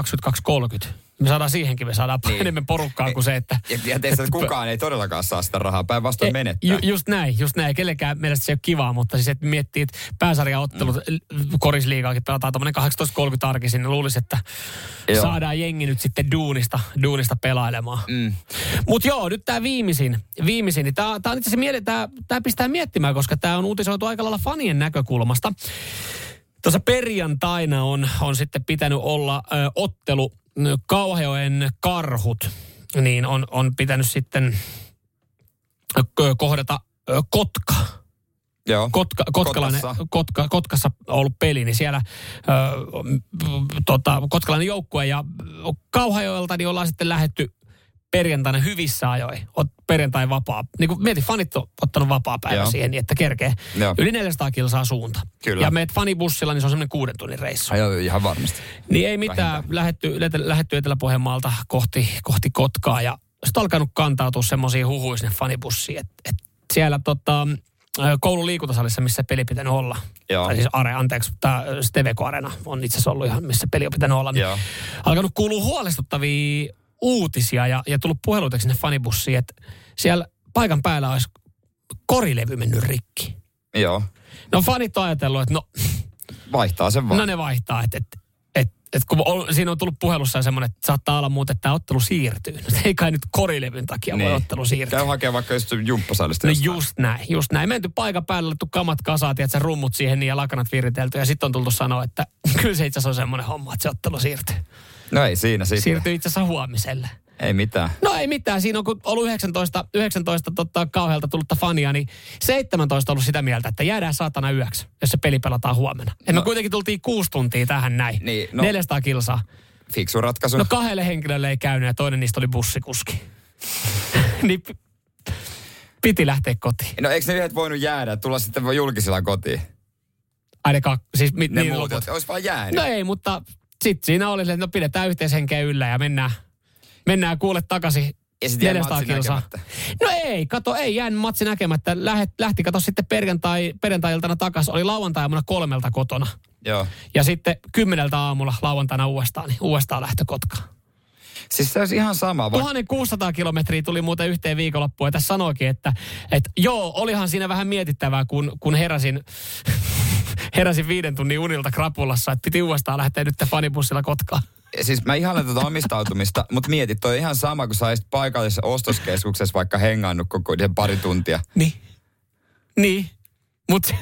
[SPEAKER 3] 22.30. Me saadaan siihenkin, me saadaan niin. enemmän porukkaa kuin se, että...
[SPEAKER 2] Ja, ja teistä kukaan ei todellakaan saa sitä rahaa, päinvastoin menettää.
[SPEAKER 3] Ju, just näin, just näin. Kellekään mielestä se ei ole kivaa, mutta siis että miettii, että pääsarjaottelut, mm. korisliigaakin pelataan tuommoinen 18.30 arkisin, niin luulisi, että
[SPEAKER 2] Joo.
[SPEAKER 3] joo. saadaan jengi nyt sitten duunista, duunista pelailemaan. Mm. Mutta joo, nyt tämä viimeisin, viimeisin niin tämä on itse asiassa miele- tää, tää pistää miettimään, koska tämä on uutisoitu aika lailla fanien näkökulmasta. Tuossa perjantaina on, on sitten pitänyt olla ö, ottelu ö, Kauhajoen karhut, niin on, on pitänyt sitten ö, k- kohdata ö, Kotka.
[SPEAKER 2] Joo.
[SPEAKER 3] Kotka, kotkalainen,
[SPEAKER 2] Kotkassa.
[SPEAKER 3] Kotka, Kotkassa on ollut peli, niin siellä ö, m- tota, kotkalainen joukkue ja Kauhajoelta niin ollaan sitten lähetty perjantaina hyvissä ajoin. Ot, perjantai vapaa. Niin kuin mieti, fanit on ottanut vapaa päivä
[SPEAKER 2] Joo.
[SPEAKER 3] siihen, niin että kerkee.
[SPEAKER 2] Joo.
[SPEAKER 3] Yli 400 kilsaa suunta.
[SPEAKER 2] Kyllä.
[SPEAKER 3] Ja meet fanibussilla, niin se on semmoinen kuuden tunnin reissu.
[SPEAKER 2] Joo, ihan varmasti.
[SPEAKER 3] Niin ei mitään. Lähetty, lähetty, lähetty Etelä-Pohjanmaalta kohti, kohti Kotkaa ja sitten alkanut kantautua semmoisia huhuja sinne fanibussiin, että et siellä tota, ö, koulun liikuntasalissa, missä peli pitänyt olla.
[SPEAKER 2] Joo.
[SPEAKER 3] Tai siis are, anteeksi, tämä Steveco Arena on itse asiassa ollut ihan, missä peli on pitänyt olla. Niin
[SPEAKER 2] Joo.
[SPEAKER 3] alkanut kuulua huolestuttavia uutisia ja, ja tullut puheluita sinne fanibussiin, että siellä paikan päällä olisi korilevy mennyt rikki.
[SPEAKER 2] Joo.
[SPEAKER 3] No fanit on ajatellut, että no
[SPEAKER 2] Vaihtaa sen vaan.
[SPEAKER 3] No ne vaihtaa, että et, et, et, kun on, siinä on tullut puhelussa semmoinen, että saattaa olla muuten, että tämä ottelu siirtyy. Ei kai nyt korilevyn takia niin. voi ottelu siirtyä.
[SPEAKER 2] Käy hakemaan vaikka just jumppasaalista.
[SPEAKER 3] No
[SPEAKER 2] jostain.
[SPEAKER 3] just näin, just näin. Menty paikan päälle, otettu kamat kasaat, että rummut siihen niin ja lakanat viritelty. Ja sitten on tultu sanoa, että kyllä se itse asiassa on semmoinen homma, että se ottelu siirtyy.
[SPEAKER 2] No ei siinä sitten.
[SPEAKER 3] Siirtyy itse asiassa huomiselle.
[SPEAKER 2] Ei mitään.
[SPEAKER 3] No ei mitään, siinä on kun ollut 19, 19 totta, kauhealta tullutta fania, niin 17 ollut sitä mieltä, että jäädään saatana yöksi, jos se peli pelataan huomenna. Ja no. me kuitenkin tultiin kuusi tuntia tähän näin,
[SPEAKER 2] Niin,
[SPEAKER 3] niin,
[SPEAKER 2] no.
[SPEAKER 3] no. 400 kilsaa.
[SPEAKER 2] Fiksu ratkaisu.
[SPEAKER 3] No kahdelle henkilölle ei käynyt ja toinen niistä oli bussikuski. niin p- piti lähteä kotiin.
[SPEAKER 2] No eikö ne yhdet voinut jäädä, tulla sitten vaan julkisilla kotiin?
[SPEAKER 3] Aina kak, siis mit,
[SPEAKER 2] Ne
[SPEAKER 3] niin
[SPEAKER 2] muut,
[SPEAKER 3] loput.
[SPEAKER 2] jotka olisi vaan jäänyt.
[SPEAKER 3] No ei, mutta sitten siinä oli se, että no pidetään yhteishenkeä yllä ja mennään, mennään kuule takaisin
[SPEAKER 2] Ja sit jäi
[SPEAKER 3] 400
[SPEAKER 2] matsi
[SPEAKER 3] kilsaa.
[SPEAKER 2] näkemättä.
[SPEAKER 3] No ei, kato, ei jäänyt matsi näkemättä. Lähet, lähti, kato sitten perjantai, perjantai-iltana takaisin. Oli lauantai-aamuna kolmelta kotona.
[SPEAKER 2] Joo.
[SPEAKER 3] Ja sitten kymmeneltä aamulla lauantaina uudestaan, niin uudestaan lähtö Kotkaan.
[SPEAKER 2] Siis se olisi ihan sama. Vaikka...
[SPEAKER 3] 1600 kilometriä tuli muuten yhteen viikonloppuun. Ja tässä sanoikin, että, että joo, olihan siinä vähän mietittävää, kun, kun heräsin, heräsin viiden tunnin unilta krapulassa, että piti uudestaan lähteä nyt fanibussilla Kotkaan.
[SPEAKER 2] Siis mä ihailen tätä omistautumista, mutta mieti, toi on ihan sama, kun sä olisit paikallisessa ostoskeskuksessa vaikka hengannut koko ajan pari tuntia.
[SPEAKER 3] Niin. Niin. Mutta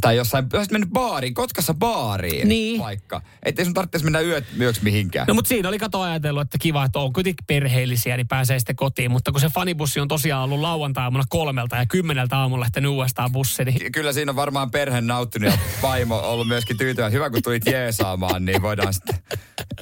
[SPEAKER 2] Tai jossain, olisit mennyt baariin, Kotkassa baariin
[SPEAKER 3] Niin.
[SPEAKER 2] vaikka. Että ei sun tarvitsisi mennä yöt, yöksi mihinkään.
[SPEAKER 3] No mutta siinä oli kato ajatellut, että kiva, että on kuitenkin perheellisiä, niin pääsee sitten kotiin. Mutta kun se fanibussi on tosiaan ollut lauantai-aamuna kolmelta ja kymmeneltä aamulla lähtenyt uudestaan bussi, niin
[SPEAKER 2] Kyllä siinä on varmaan perhe nauttinut ja vaimo ollut myöskin tyytyväinen. Hyvä, kun tulit jeesaamaan, niin voidaan sitten...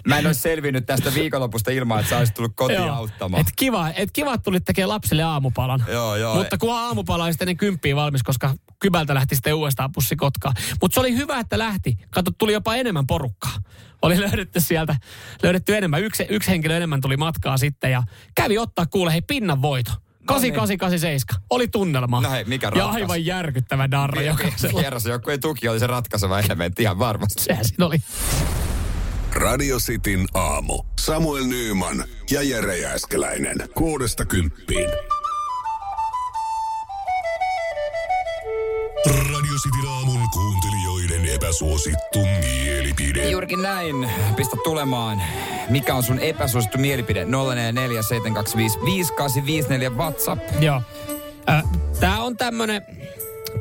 [SPEAKER 2] Mä en olisi selvinnyt tästä viikonlopusta ilman, että sä olisit tullut kotiin
[SPEAKER 3] Joo.
[SPEAKER 2] auttamaan.
[SPEAKER 3] Et kiva, et kiva, että tulit tekemään lapsille aamupalan.
[SPEAKER 2] Joo, joo.
[SPEAKER 3] Mutta kun aamupala oli sitten niin kymppiä valmis, koska kybältä lähti sitten uudestaan pussi kotkaa. Mutta se oli hyvä, että lähti. Kato, tuli jopa enemmän porukkaa. Oli löydetty sieltä, löydetty enemmän. Yksi, yksi henkilö enemmän tuli matkaa sitten ja kävi ottaa kuule, hei pinnan voito. 8887. Oli tunnelma.
[SPEAKER 2] niin. No hei, mikä
[SPEAKER 3] Ja
[SPEAKER 2] ratkaisu.
[SPEAKER 3] aivan järkyttävä darra jokaisella.
[SPEAKER 2] Vieras joku ei tuki, oli Niin, se ratkaiseva elementti ihan varmasti.
[SPEAKER 3] Sehän siinä oli.
[SPEAKER 1] Radio Cityn aamu. Samuel Nyyman ja Jere Jääskeläinen. Kuudesta kymppiin. Radio Cityn aamun kuuntelijoiden epäsuosittu mielipide.
[SPEAKER 2] Juurikin näin. Pistä tulemaan. Mikä on sun epäsuosittu mielipide? 0447255854 WhatsApp.
[SPEAKER 3] Joo. Tämä on tämmönen,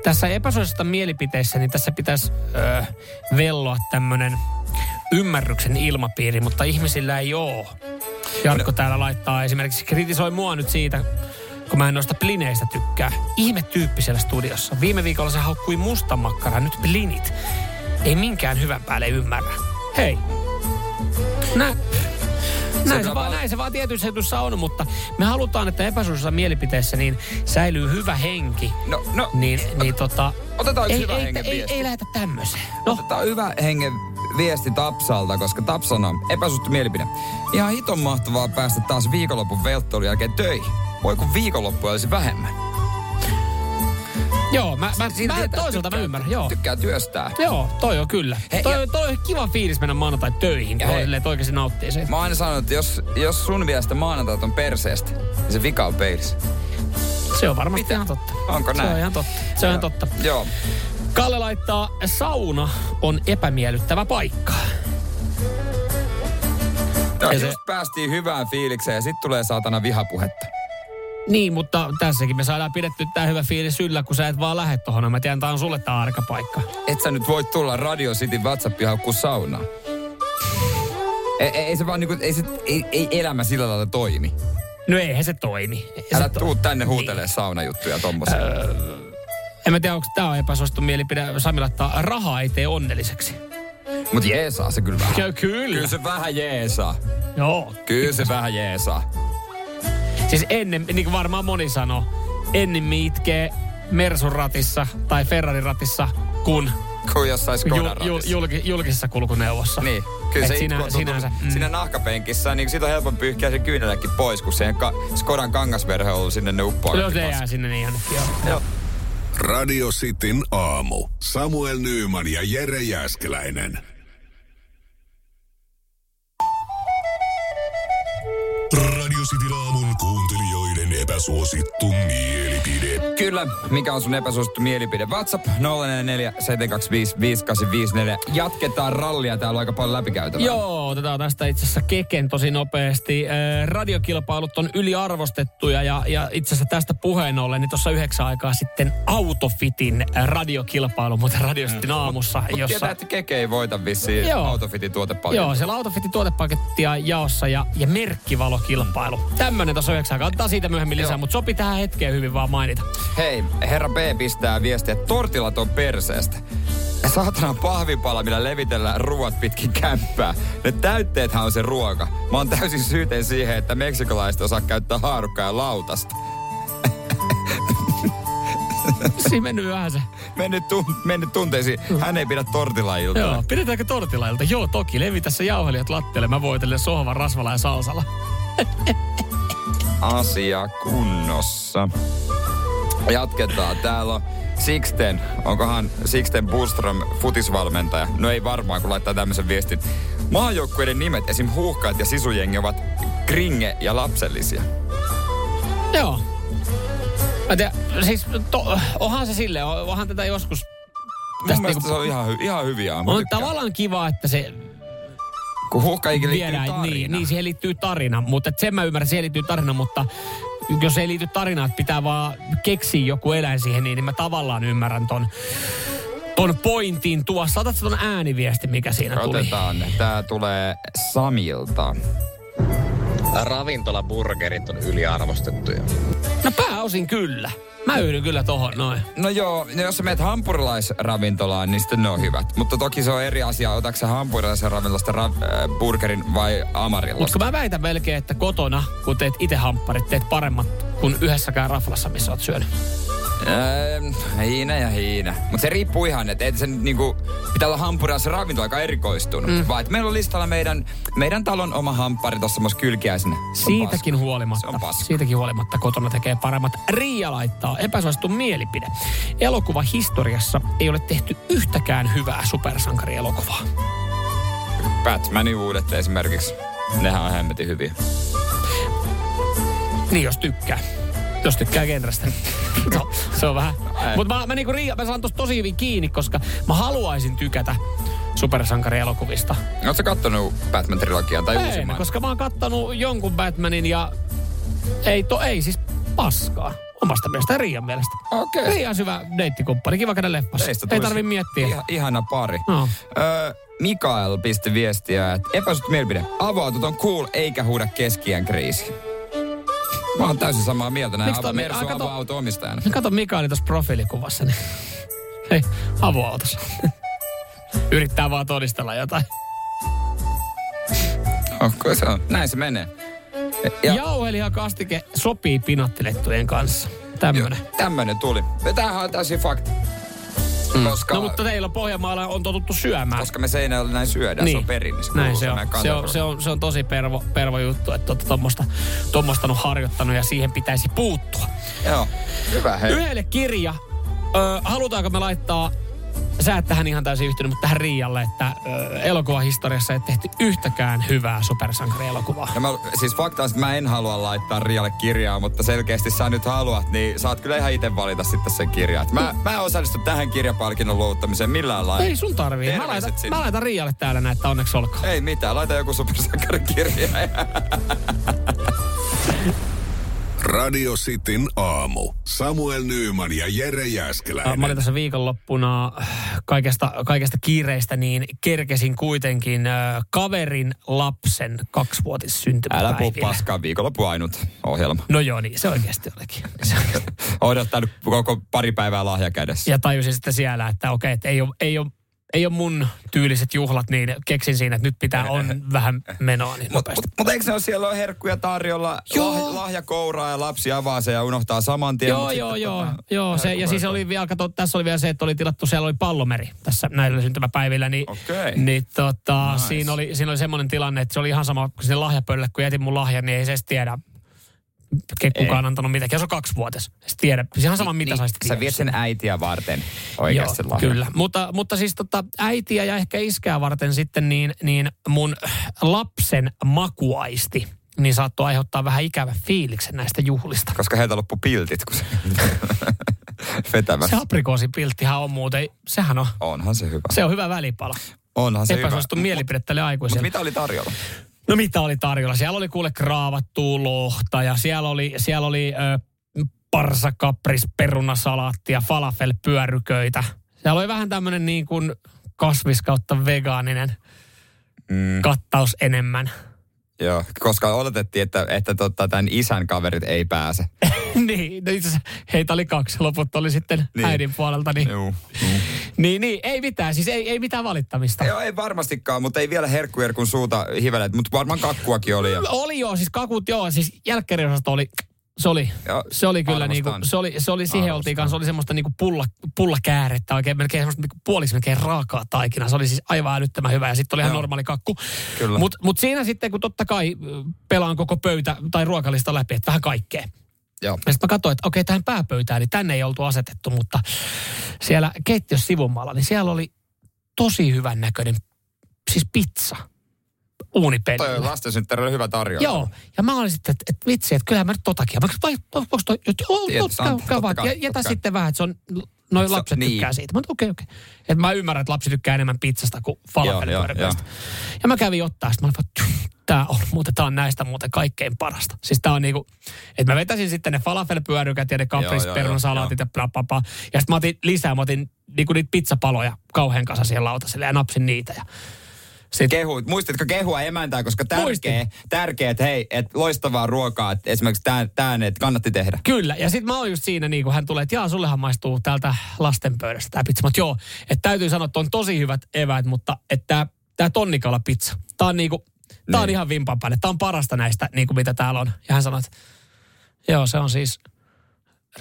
[SPEAKER 3] tässä epäsuosista mielipiteissä, niin tässä pitäisi ö, velloa tämmönen ymmärryksen ilmapiiri, mutta ihmisillä ei oo. Jarkko täällä laittaa esimerkiksi, kritisoi mua nyt siitä, kun mä en noista plineistä tykkää. Ihme tyyppi siellä studiossa. Viime viikolla se haukkui mustan makkaraa, nyt plinit. Ei minkään hyvän päälle ymmärrä. Hei. Nä, näin, se
[SPEAKER 2] on
[SPEAKER 3] vaan,
[SPEAKER 2] val-
[SPEAKER 3] näin se vaan tietyissä jutuissa on, mutta me halutaan, että epäsuosissa mielipiteessä niin säilyy hyvä henki.
[SPEAKER 2] No, no,
[SPEAKER 3] Niin, niin tota...
[SPEAKER 2] Otetaan yksi
[SPEAKER 3] ei,
[SPEAKER 2] hyvä
[SPEAKER 3] ei,
[SPEAKER 2] hengen
[SPEAKER 3] ei,
[SPEAKER 2] viesti.
[SPEAKER 3] ei, lähetä tämmöiseen.
[SPEAKER 2] No.
[SPEAKER 3] No,
[SPEAKER 2] Tämä on hyvä hengen viesti Tapsalta, koska Tapsan on epäsuosittu mielipide. Ihan hiton mahtavaa päästä taas viikonlopun velttoilun jälkeen töihin. Voi kun viikonloppu olisi vähemmän.
[SPEAKER 3] joo, mä, mä,
[SPEAKER 2] Silti,
[SPEAKER 3] mä
[SPEAKER 2] että
[SPEAKER 3] toisaalta mä
[SPEAKER 2] tykkää-
[SPEAKER 3] ymmärrän, joo.
[SPEAKER 2] Tykkää työstää.
[SPEAKER 3] Joo, toi on kyllä.
[SPEAKER 2] Hei,
[SPEAKER 3] toi,
[SPEAKER 2] ja-
[SPEAKER 3] on- toi on kiva fiilis mennä maanantai töihin, kun
[SPEAKER 2] Ja
[SPEAKER 3] on
[SPEAKER 2] hei.
[SPEAKER 3] silleen, että oikeasti nauttii se.
[SPEAKER 2] Mä oon aina sanonut, että jos, jos sun mielestä maanantait on perseestä, niin se vika on peilissä.
[SPEAKER 3] Se on varmasti
[SPEAKER 2] Mitä?
[SPEAKER 3] ihan totta.
[SPEAKER 2] Onko
[SPEAKER 3] Se
[SPEAKER 2] näin?
[SPEAKER 3] on ihan totta. Se on ihan totta.
[SPEAKER 2] Joo.
[SPEAKER 3] Kalle laittaa, sauna on epämiellyttävä paikka.
[SPEAKER 2] Ja
[SPEAKER 3] se-
[SPEAKER 2] just päästiin hyvään fiilikseen ja sitten tulee saatana vihapuhetta.
[SPEAKER 3] Niin, mutta tässäkin me saadaan pidetty tämä hyvä fiilis yllä, kun sä et vaan lähde tohon. No, Mä tiedän, tää on sulle tää arka paikka.
[SPEAKER 2] Et sä nyt voi tulla Radio City WhatsAppia haukkuu saunaa. Ei, ei, ei se vaan niinku, ei, se, ei, ei elämä sillä lailla toimi.
[SPEAKER 3] No eihän se toimi. Eihän
[SPEAKER 2] Älä
[SPEAKER 3] se to- Niin.
[SPEAKER 2] tuu tänne huutelee saunajuttuja tommosia.
[SPEAKER 3] En mä tiedä, onko tämä on epäsuosittu mielipide. Sami laittaa, raha ei tee onnelliseksi.
[SPEAKER 2] Mut jeesaa se kyllä vähän.
[SPEAKER 3] Kyllä,
[SPEAKER 2] Kyllä
[SPEAKER 3] kyllä.
[SPEAKER 2] se vähän jeesaa.
[SPEAKER 3] Joo.
[SPEAKER 2] Kyllä se vähän jeesaa.
[SPEAKER 3] Siis ennen, niin kuin varmaan moni sanoo, ennemmin itkee Mersun ratissa tai Ferrarin ratissa kuin
[SPEAKER 2] Kun jossain
[SPEAKER 3] ju,
[SPEAKER 2] Skodan
[SPEAKER 3] ju,
[SPEAKER 2] ratissa.
[SPEAKER 3] julki, julkisessa kulkuneuvossa.
[SPEAKER 2] Niin, kyllä
[SPEAKER 3] Et
[SPEAKER 2] se
[SPEAKER 3] sinä,
[SPEAKER 2] itku on
[SPEAKER 3] sinänsä.
[SPEAKER 2] tullut
[SPEAKER 3] Mm.
[SPEAKER 2] Siinä nahkapenkissä, niin siitä on helpompi pyyhkiä se kyynelekin pois, kun se ka- Skodan kangasverhe on ollut sinne ne uppoa.
[SPEAKER 3] Joo, se jää sinne niin jonnekin. Joo.
[SPEAKER 1] Radio Cityn aamu. Samuel Nyyman ja Jere Jääskeläinen. Radio Cityn aamun kuuntelijoiden epäsuosittu mielipide.
[SPEAKER 2] Kyllä, mikä on sun epäsuosittu mielipide? WhatsApp 044 725 5854. Jatketaan rallia, täällä on aika paljon läpikäytävää.
[SPEAKER 3] Joo, otetaan tästä itse asiassa keken tosi nopeasti. Ö, Radiokilpailut on yliarvostettuja ja, ja itse asiassa tästä puheen ollen, niin tuossa yhdeksän aikaa sitten Autofitin radiokilpailu, mutta Radio Cityn aamussa,
[SPEAKER 2] Mm. Mut
[SPEAKER 3] jossa...
[SPEAKER 2] tietää, että keke ei voita vissiin
[SPEAKER 3] Joo.
[SPEAKER 2] Autofitin tuotepalkintoa.
[SPEAKER 3] Joo, siellä Autofitin tuotepakettia jaossa ja, ja merkkivalokilpailu. Tämmönen tuossa yhdeksän aikaa. Otetaan siitä myöhemmin lisää,
[SPEAKER 2] Joo.
[SPEAKER 3] mutta sopii tähän hetkeen hyvin vaan mainita.
[SPEAKER 2] Hei, herra B pistää viestiä, että tortilat on perseestä. Saatana pahvipala, millä levitellään ruoat pitkin kämppää. Ne täytteethän on se ruoka. Mä oon täysin syyteen siihen, että meksikolaiset osaa käyttää haarukkaa ja lautasta.
[SPEAKER 3] Siinä mennyt vähän se.
[SPEAKER 2] Mennyt, tun- mennyt tunteisiin. Hän ei pidä tortilla iltana.
[SPEAKER 3] Joo, pidetäänkö tortilailta? Joo, toki. Levi tässä jauhelijat lattialle. Mä voitelen sohvan rasvalla ja salsalla.
[SPEAKER 2] Asia kunnossa. Jatketaan. Täällä on Sixten. Onkohan Sixten Buström futisvalmentaja? No ei varmaan, kun laittaa tämmöisen viestin. Maajoukkueiden nimet, esim. huuhkaat ja sisujengi ovat kringe ja lapsellisia.
[SPEAKER 3] Joo. Mä tiedän, siis to, onhan se sille, on- onhan tätä joskus.
[SPEAKER 2] Mun
[SPEAKER 3] Tästä
[SPEAKER 2] mielestä
[SPEAKER 3] niinku-
[SPEAKER 2] se on ihan, hy- ihan hyviä. Mä
[SPEAKER 3] On
[SPEAKER 2] tykkään.
[SPEAKER 3] tavallaan kiva, että se
[SPEAKER 2] Kun huuhkaikin liittyy
[SPEAKER 3] viedään,
[SPEAKER 2] tarina.
[SPEAKER 3] niin, niin siihen liittyy tarina, mutta et sen mä ymmärrän, siihen liittyy tarina, mutta jos ei liity tarinaan, että pitää vaan keksiä joku eläin siihen, niin, niin mä tavallaan ymmärrän ton, ton pointin tuossa. Otatko ton ääniviesti, mikä siinä tuli?
[SPEAKER 2] Otetaan. Tää tulee Samilta.
[SPEAKER 5] Ravintolaburgerit on yliarvostettuja.
[SPEAKER 3] No pääosin kyllä. Mä yhdyn kyllä tohon noin.
[SPEAKER 2] No joo, no jos sä menet hampurilaisravintolaan, niin sitten ne on hyvät. Mutta toki se on eri asia, otatko sä hampurilaisen ravintolasta ra- äh, burgerin vai
[SPEAKER 3] Mutta
[SPEAKER 2] amarillosta.
[SPEAKER 3] kun mä väitän melkein, että kotona, kun teet itse hampparit, teet paremmat kuin yhdessäkään raflassa, missä oot syönyt.
[SPEAKER 2] Ähm, hiina ja hiina. Mutta se riippuu ihan, että et se nyt niinku, pitää olla hampurilaisen ravintola aika erikoistunut. Mm. Vaan et meillä on listalla meidän, meidän talon oma hamppari tuossa myös kylkiäisenä. Se on
[SPEAKER 3] Siitäkin
[SPEAKER 2] paska.
[SPEAKER 3] huolimatta.
[SPEAKER 2] Se on paska.
[SPEAKER 3] Siitäkin huolimatta kotona tekee paremmat. Riia laittaa epäsuosittu mielipide. Elokuva historiassa ei ole tehty yhtäkään hyvää supersankarielokuvaa.
[SPEAKER 2] Batmanin uudet esimerkiksi. Nehän on hemmetin hyviä.
[SPEAKER 3] Niin jos tykkää. Jos tykkää genrestä. No, se on vähän.
[SPEAKER 2] Ei.
[SPEAKER 3] Mutta mä, mä, niinku, Riia, mä saan tosta tosi hyvin kiinni, koska mä haluaisin tykätä supersankarielokuvista.
[SPEAKER 2] Oletko sä kattonut Batman-trilogiaa tai
[SPEAKER 3] Ei,
[SPEAKER 2] uusimman?
[SPEAKER 3] koska mä oon kattanut jonkun Batmanin ja ei, to, ei siis paskaa. Omasta mielestä ja Riian mielestä.
[SPEAKER 2] Okei.
[SPEAKER 3] Riian syvä deittikumppani. Kiva käydä leffassa.
[SPEAKER 2] Teistä
[SPEAKER 3] Ei
[SPEAKER 2] tulisi
[SPEAKER 3] tarvi miettiä.
[SPEAKER 2] Iha, ihana pari.
[SPEAKER 3] No.
[SPEAKER 2] Öö, Mikael pisti viestiä, että epäsuht mielipide. Avautut on cool eikä huuda keskiään kriisi. Mä oon täysin samaa mieltä. Näin
[SPEAKER 3] Miksi toi
[SPEAKER 2] ava-
[SPEAKER 3] me-
[SPEAKER 2] Mersu
[SPEAKER 3] Ah, kato-
[SPEAKER 2] avaa auto omistajana.
[SPEAKER 3] No kato Mikaeli tuossa profiilikuvassa. Niin. Hei, avoautos. Yrittää vaan todistella jotain.
[SPEAKER 2] Okay, Oh, se on. Näin se menee.
[SPEAKER 3] Ja. Jauhelihakastike sopii pinattelettujen kanssa. Tämmönen.
[SPEAKER 2] jo- tämmönen tuli. Ja Tämähän on täysin fakta. Mm. Koska,
[SPEAKER 3] No mutta teillä Pohjanmaalla on totuttu syömään.
[SPEAKER 2] koska me seinällä näin syödään, niin. se on perinne. Se
[SPEAKER 3] Näin
[SPEAKER 2] kuuluu,
[SPEAKER 3] se
[SPEAKER 2] on
[SPEAKER 3] on.
[SPEAKER 2] meidän
[SPEAKER 3] Se on,
[SPEAKER 2] kansanruoka.
[SPEAKER 3] se on, se on tosi pervo, pervo juttu, että olette tuommoista tommosta on harjoittanut ja siihen pitäisi puuttua.
[SPEAKER 2] Joo. Hyvä hei.
[SPEAKER 3] Yhdelle kirja. Ö, halutaanko me laittaa, sä et tähän ihan täysin yhtynyt, mutta tähän Riialle, että ö, elokuvahistoriassa ei tehty yhtäkään hyvää supersankarielokuvaa.
[SPEAKER 2] Ja mä, siis fakta on, että mä en halua laittaa Rialle kirjaa, mutta selkeästi sä nyt haluat, niin saat kyllä ihan itse valita sitten sen kirjan. Et Mä, mä en osallistu tähän kirjapalkinnon luovuttamiseen millään lailla.
[SPEAKER 3] Ei sun tarvii. Mä
[SPEAKER 2] Terveiset
[SPEAKER 3] laitan,
[SPEAKER 2] sinne.
[SPEAKER 3] mä laitan Riialle täällä näin, että onneksi olkoon.
[SPEAKER 2] Ei mitään, laita joku supersankarikirja.
[SPEAKER 1] Radio Cityn aamu. Samuel Nyyman ja Jere
[SPEAKER 3] Mä olin
[SPEAKER 1] Jäskeläinen.
[SPEAKER 3] tässä viikonloppuna kaikesta, kaikesta kiireistä, niin kerkesin kuitenkin ö, kaverin lapsen kaksivuotissyntymäpäiville.
[SPEAKER 2] Älä puhu paskaa, viikonloppu ainut ohjelma.
[SPEAKER 3] No joo, niin se oikeasti olikin. Se oikeasti.
[SPEAKER 2] Odottanut koko pari päivää lahja kädessä.
[SPEAKER 3] Ja tajusin sitten siellä, että okei, että ei ole, ei ole, ei ole mun tyyliset juhlat, niin keksin siinä, että nyt pitää on vähän menoa niin
[SPEAKER 2] Mutta mut,
[SPEAKER 3] nopeasti.
[SPEAKER 2] mut eikö ne ole siellä ole herkkuja tarjolla,
[SPEAKER 3] Joo.
[SPEAKER 2] lahja, lahjakouraa ja lapsi avaa se ja unohtaa saman tien.
[SPEAKER 3] Joo,
[SPEAKER 2] mut
[SPEAKER 3] joo,
[SPEAKER 2] sitten
[SPEAKER 3] joo.
[SPEAKER 2] tota-
[SPEAKER 3] joo se, ja siis oli vielä, kato, tässä oli vielä se, että oli tilattu, siellä oli pallomeri tässä näillä syntymäpäivillä, niin,
[SPEAKER 2] Okei.
[SPEAKER 3] niin tota,
[SPEAKER 2] Nice.
[SPEAKER 3] nice. siinä, oli, siinä oli semmoinen tilanne, että se oli ihan sama kuin sinne lahjapöydälle, kun jätin mun lahjan, niin ei se edes tiedä, ke- kukaan antanut mitään. Ja se on kaksi vuotes. tiedä. Se ihan sama, mitä saisit
[SPEAKER 2] niin, Sä viet sen äitiä varten oikeasti
[SPEAKER 3] Joo,
[SPEAKER 2] lahjan.
[SPEAKER 3] Kyllä, mutta, mutta siis tota, äitiä ja ehkä iskää varten sitten niin, niin mun lapsen makuaisti niin saattoi aiheuttaa vähän ikävän fiiliksen näistä juhlista.
[SPEAKER 2] koska heiltä loppu piltit. Kun se... vetämässä.
[SPEAKER 3] Se aprikoosipilttihän on muuten, sehän on.
[SPEAKER 2] Onhan se hyvä.
[SPEAKER 3] Se on hyvä välipala.
[SPEAKER 2] Onhan se hyvä.
[SPEAKER 3] Epäsuosittu mielipide tälle
[SPEAKER 2] Mutta
[SPEAKER 3] aikuiselle.
[SPEAKER 2] mitä oli tarjolla?
[SPEAKER 3] No mitä oli tarjolla? Siellä oli kuule kraavattua lohta ja siellä oli, siellä oli ö, parsakapris, perunasalaattia, falafelpyöryköitä. Siellä oli vähän tämmöinen niin kuin kasvis kautta vegaaninen mm. kattaus enemmän.
[SPEAKER 2] Joo, koska oletettiin, että, että tota, tämän isän kaverit ei pääse.
[SPEAKER 3] niin, no itse asiassa heitä oli kaksi, loput oli sitten niin.
[SPEAKER 2] Niin.
[SPEAKER 3] äidin puolelta. Niin,
[SPEAKER 2] Joo.
[SPEAKER 3] niin, niin, ei mitään, siis ei, ei mitään valittamista.
[SPEAKER 2] Joo, ei varmastikaan, mutta ei vielä herkkujerkun suuta hivelet, mutta varmaan kakkuakin oli. Ja...
[SPEAKER 3] Oli joo, siis kakut joo, siis jälkkäriosasto oli, se oli,
[SPEAKER 2] Joo,
[SPEAKER 3] se oli kyllä
[SPEAKER 2] arvostan.
[SPEAKER 3] niinku, se oli, se oli siihen
[SPEAKER 2] Arvostan.
[SPEAKER 3] oltiin kanssa, se oli semmoista niinku pulla, pullakäärettä oikein, melkein semmoista niinku puoliksi melkein raakaa taikinaa, se oli siis aivan älyttömän hyvä ja sitten oli ihan
[SPEAKER 2] Joo.
[SPEAKER 3] normaali kakku.
[SPEAKER 2] Kyllä.
[SPEAKER 3] Mutta mut siinä sitten, kun totta kai äh, pelaan koko pöytä tai ruokalista läpi, että vähän kaikkea.
[SPEAKER 2] Joo.
[SPEAKER 3] Ja sitten mä katsoin, että okei, tähän pääpöytään, niin tänne ei oltu asetettu, mutta siellä keittiössä sivumaalla, niin siellä oli tosi hyvän näköinen, siis pizza uunipennillä.
[SPEAKER 2] Toi on lastensynttärillä hyvä tarjolla.
[SPEAKER 3] Joo, ja mä olin sitten, että et, vitsi, että kyllähän mä nyt totakin. Mä vai, vai, onko toi, jot, on,
[SPEAKER 2] Tietysti,
[SPEAKER 3] totta,
[SPEAKER 2] on,
[SPEAKER 3] totta,
[SPEAKER 2] totta
[SPEAKER 3] totta,
[SPEAKER 2] kai,
[SPEAKER 3] ja, jätä
[SPEAKER 2] totta kai.
[SPEAKER 3] sitten vähän, että se on, noi
[SPEAKER 2] Se-
[SPEAKER 3] lapset
[SPEAKER 2] niin.
[SPEAKER 3] tykkää siitä. Mä oon, okei, okei. Et mä ymmärrän, että lapsi tykkää enemmän pizzasta kuin
[SPEAKER 2] Joo, joo,
[SPEAKER 3] falafelipyöräköistä. Ja mä kävin ottaa, sitten mä olin, vaan, "Tch, tää on muuten, tää on näistä muuten kaikkein parasta. Siis tää on niinku, että mä vetäisin sitten ne falafelpyörykät ja ne
[SPEAKER 2] joo,
[SPEAKER 3] kapriisperunasalatit ja bla bla bla. Ja sitten mä otin lisää, mä otin niinku niitä pizzapaloja kauhean kanssa siihen lautaselle ja napsin niitä. Ja sit,
[SPEAKER 2] Kehu, muistatko kehua emäntää, koska tärkeä,
[SPEAKER 3] Muistin.
[SPEAKER 2] tärkeä että hei, että loistavaa ruokaa, että esimerkiksi tämän, tämän että kannatti tehdä.
[SPEAKER 3] Kyllä, ja sitten mä oon just siinä, niin kun hän tulee, että jaa, sullehan maistuu täältä lastenpöydästä tämä pizza. Mutta joo, että täytyy sanoa, että on tosi hyvät eväät, mutta että tämä tonnikala pizza, tämä on, niinku, tää on
[SPEAKER 2] Niin.
[SPEAKER 3] ihan vimpan päälle. Tämä on parasta näistä, niinku, mitä täällä on. Ja hän sanoi, että joo, se on siis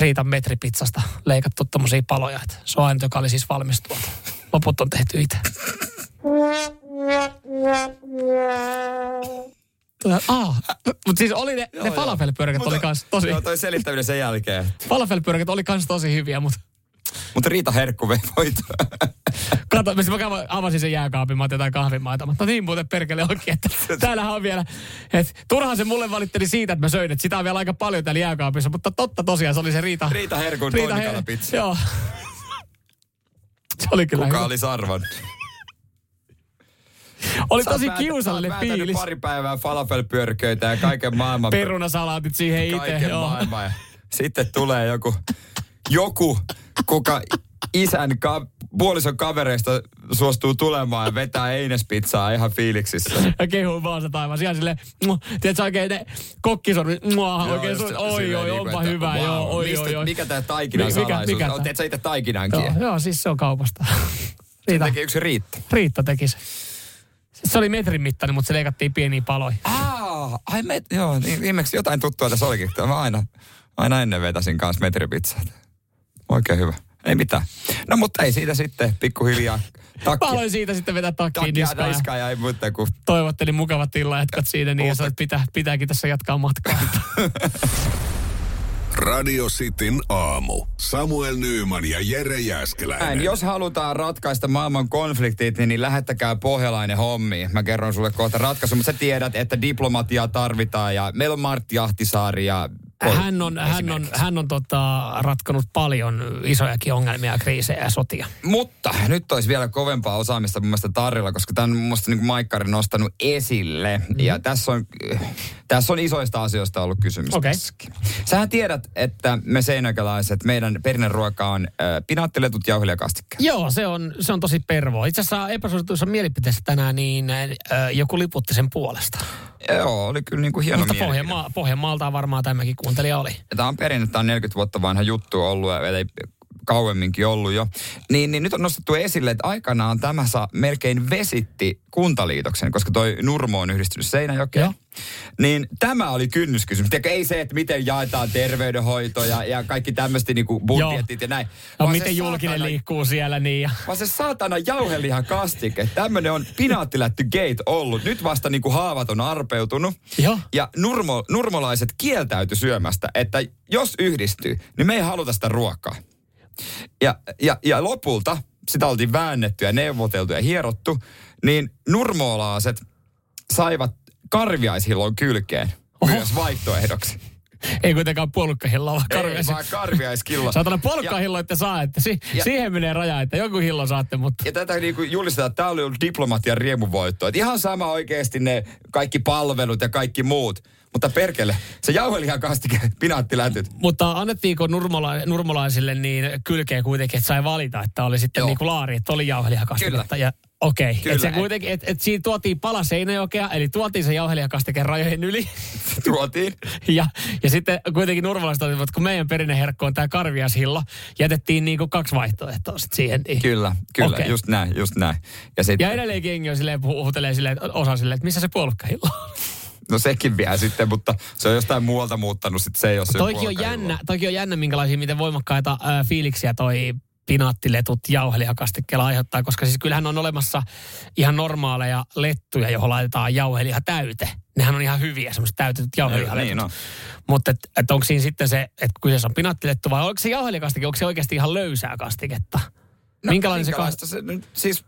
[SPEAKER 3] Riitan metripizzasta leikattu tommosia paloja. Että se on aina, joka oli siis valmis tuolta. Loput on tehty itse. Ah, mutta siis oli ne, ne falafelpyörät oli kans tosi...
[SPEAKER 2] Joo, toi selittäminen sen jälkeen.
[SPEAKER 3] Falafelpyörät oli kans tosi hyviä, mutta
[SPEAKER 2] Mutta Riita Herkku vei voitoa.
[SPEAKER 3] kato, mä sitten mä avasin sen jääkaapin, mä otin jotain kahvimaita, mutta no niin muuten perkele onkin, että täällähän on vielä, että turhaan se mulle valitteli siitä, että mä söin, että sitä on vielä aika paljon täällä jääkaapissa, mutta totta tosiaan se oli se Riita.
[SPEAKER 2] Riita Herkun
[SPEAKER 3] Her-
[SPEAKER 2] tonnikalapizza.
[SPEAKER 3] Joo. se oli kyllä
[SPEAKER 2] Kuka
[SPEAKER 3] hyvä.
[SPEAKER 2] oli sarvan?
[SPEAKER 3] oli
[SPEAKER 2] Sä oot
[SPEAKER 3] tosi
[SPEAKER 2] vääntä-
[SPEAKER 3] kiusallinen
[SPEAKER 2] sä oot vääntänyt
[SPEAKER 3] fiilis.
[SPEAKER 2] pari päivää falafelpyörköitä ja kaiken maailman...
[SPEAKER 3] Perunasalaatit siihen itse.
[SPEAKER 2] kaiken maailman. Ja sitten tulee joku, joku, kuka isän ka, puolison kavereista suostuu tulemaan ja vetää einespizzaa ihan fiiliksissä.
[SPEAKER 3] ja kehuin vaan sitä aivan. Siellä silleen, muh, tiedätkö oikein ne kokkisormi, mua, oikein
[SPEAKER 2] just
[SPEAKER 3] sun, oi,
[SPEAKER 2] silleen
[SPEAKER 3] oi,
[SPEAKER 2] niinku,
[SPEAKER 3] onpa
[SPEAKER 2] että
[SPEAKER 3] hyvä,
[SPEAKER 2] vau,
[SPEAKER 3] joo, oi,
[SPEAKER 2] mistä-
[SPEAKER 3] oi, oi.
[SPEAKER 2] Mikä tämä taikinan
[SPEAKER 3] Mi-
[SPEAKER 2] mikä,
[SPEAKER 3] mikä-
[SPEAKER 2] salaisuus?
[SPEAKER 3] mikä
[SPEAKER 2] Mikä,
[SPEAKER 3] tää-
[SPEAKER 2] mikä Teet sä itse taikinankin?
[SPEAKER 3] Joo, joo, siis se on kaupasta.
[SPEAKER 2] Sen
[SPEAKER 3] Riita,
[SPEAKER 2] teki yksi riitti.
[SPEAKER 3] Riitta teki se. Siis Se oli metrin mittainen, mutta se leikattiin pieniin paloihin.
[SPEAKER 2] Aa, ai me, joo, niin viimeksi jotain tuttua tässä olikin. Mä aina, aina ennen vetäsin kanssa metripizzaa. Oikein hyvä. Ei mitään. No mutta ei siitä sitten pikkuhiljaa
[SPEAKER 3] Mä
[SPEAKER 2] takkia.
[SPEAKER 3] aloin siitä sitten vetää takkiin
[SPEAKER 2] Takia
[SPEAKER 3] niskaan. ja
[SPEAKER 2] niskaa ja ei muuta kuin
[SPEAKER 3] Toivottelin mukavat illan jatkat siinä, niin ja sanoin, että pitää, pitääkin tässä jatkaa matkaa.
[SPEAKER 1] Radio Cityn aamu. Samuel Nyyman ja Jere
[SPEAKER 2] näin.
[SPEAKER 1] Jäskeläinen.
[SPEAKER 2] Jos halutaan ratkaista maailman konfliktit, niin, niin lähettäkää pohjalainen hommi. Mä kerron sulle kohta ratkaisu, mutta sä tiedät, että diplomatiaa tarvitaan ja meillä on Martti Ahtisaari ja...
[SPEAKER 3] Hän on, hän on, hän on tota, ratkonut paljon isojakin ongelmia, ja kriisejä ja sotia.
[SPEAKER 2] Mutta nyt olisi vielä kovempaa osaamista mun mielestä tarjolla, koska tämän mun mielestä niin Maikkari nostanut esille. Mm-hmm. Ja tässä on, tässä on isoista asioista ollut kysymys.
[SPEAKER 3] Okei.
[SPEAKER 2] tässäkin. Sähän tiedät, että me seinäkelaiset, meidän perinneruoka on äh, pinaattiletut, jauhelia ja kastikkeet.
[SPEAKER 3] Joo, se on, se on tosi pervoa. Itse asiassa epäsuosituissa mielipiteissä tänään niin äh, joku liputti sen puolesta.
[SPEAKER 2] Joo, oli kyllä niin kuin hieno
[SPEAKER 3] Mutta
[SPEAKER 2] mielipide.
[SPEAKER 3] Pohjanmaa, Pohjanmaalta varmaan tämäkin kuuntelija oli.
[SPEAKER 2] tämä on perinne, tämä on 40 vuotta vanha juttu ollut, eli kauemminkin ollut jo. Niin, niin nyt on nostettu esille, että aikanaan tämä sa, melkein vesitti kuntaliitoksen, koska toi Nurmo on yhdistynyt Seinäjokeen.
[SPEAKER 3] Joo.
[SPEAKER 2] Joo. Niin tämä oli kynnyskysymys. Tiedätkö, ei se, että miten jaetaan terveydenhoito ja, ja kaikki tämmöiset niinku budjetit ja näin.
[SPEAKER 3] No,
[SPEAKER 2] Vaan se
[SPEAKER 3] miten julkinen
[SPEAKER 2] saatana-
[SPEAKER 3] liikkuu siellä niin ja...
[SPEAKER 2] Vaan se saatana jauhelihan kastike. Tämmönen on pinaattilätty gate ollut. Nyt vasta niinku haavat on arpeutunut.
[SPEAKER 3] Joo.
[SPEAKER 2] Ja nurmo, nurmolaiset kieltäyty syömästä, että jos yhdistyy, niin me ei haluta sitä ruokaa. Ja, ja, ja lopulta sitä oltiin väännetty ja neuvoteltu ja hierottu, niin nurmolaiset saivat karviaishilon kylkeen Oho. myös vaihtoehdoksi.
[SPEAKER 3] Ei kuitenkaan puolukkahilla, vaan karvia.
[SPEAKER 2] Ei, vaan karvia edes killo.
[SPEAKER 3] Saatana polkkahillo, että saa. Että si-
[SPEAKER 2] Ja-
[SPEAKER 3] siihen menee raja, että joku hillo saatte, mutta...
[SPEAKER 2] ja tätä niinku julistetaan, että tämä oli ollut diplomatian riemuvoitto. Et ihan sama oikeasti ne kaikki palvelut ja kaikki muut. Mutta perkele, se jauhelihan kastike, pinaattilätyt.
[SPEAKER 3] Mutta annettiinko nurmola, nurmolaisille niin kylkeä kuitenkin, että sai valita, että oli sitten
[SPEAKER 2] Joo.
[SPEAKER 3] niin kuin laari, että oli jauhelihakastiketta.
[SPEAKER 2] Kyllä.
[SPEAKER 3] Ja, okei.
[SPEAKER 2] Kyllä,
[SPEAKER 3] Et se
[SPEAKER 2] et-
[SPEAKER 3] kuitenkin, että et siinä tuotiin pala Seinäjokea, eli tuotiin se jauhelihakastike rajojen yli.
[SPEAKER 2] Tuotiin.
[SPEAKER 3] ja, ja sitten kuitenkin nurmolaiset olivat, että kun meidän perinneherkko on tämä karviashilla, jätettiin niin kuin kaksi vaihtoehtoa sitten siihen. Niin.
[SPEAKER 2] Kyllä, kyllä,
[SPEAKER 3] Okei.
[SPEAKER 2] okay. just näin, just näin. Ja sit,
[SPEAKER 3] Ja edelleen jengi on silleen, puhu- huutelee silleen, että osa silleen, että missä se puolukkahillo on.
[SPEAKER 2] no sekin vielä sitten, mutta se on jostain muualta muuttanut, sit se ei ole se
[SPEAKER 3] Toikin on,
[SPEAKER 2] puolakka
[SPEAKER 3] jännä,
[SPEAKER 2] illalla.
[SPEAKER 3] toikin on jännä, minkälaisia, miten voimakkaita äh, fiiliksiä toi pinaattiletut jauhelihakastikkeella aiheuttaa, koska siis kyllähän on olemassa ihan normaaleja lettuja, johon laitetaan jauheliha täyte. Nehän on ihan hyviä, semmoiset täytetyt jauhelihaletut.
[SPEAKER 2] Niin on.
[SPEAKER 3] Mutta et, et onko siinä sitten se, että kyseessä on pinaattilettu vai onko se jauhelihakastike, onko se oikeasti ihan löysää kastiketta? No, Minkälainen se kas...
[SPEAKER 2] Minkälaista se nyt, siis,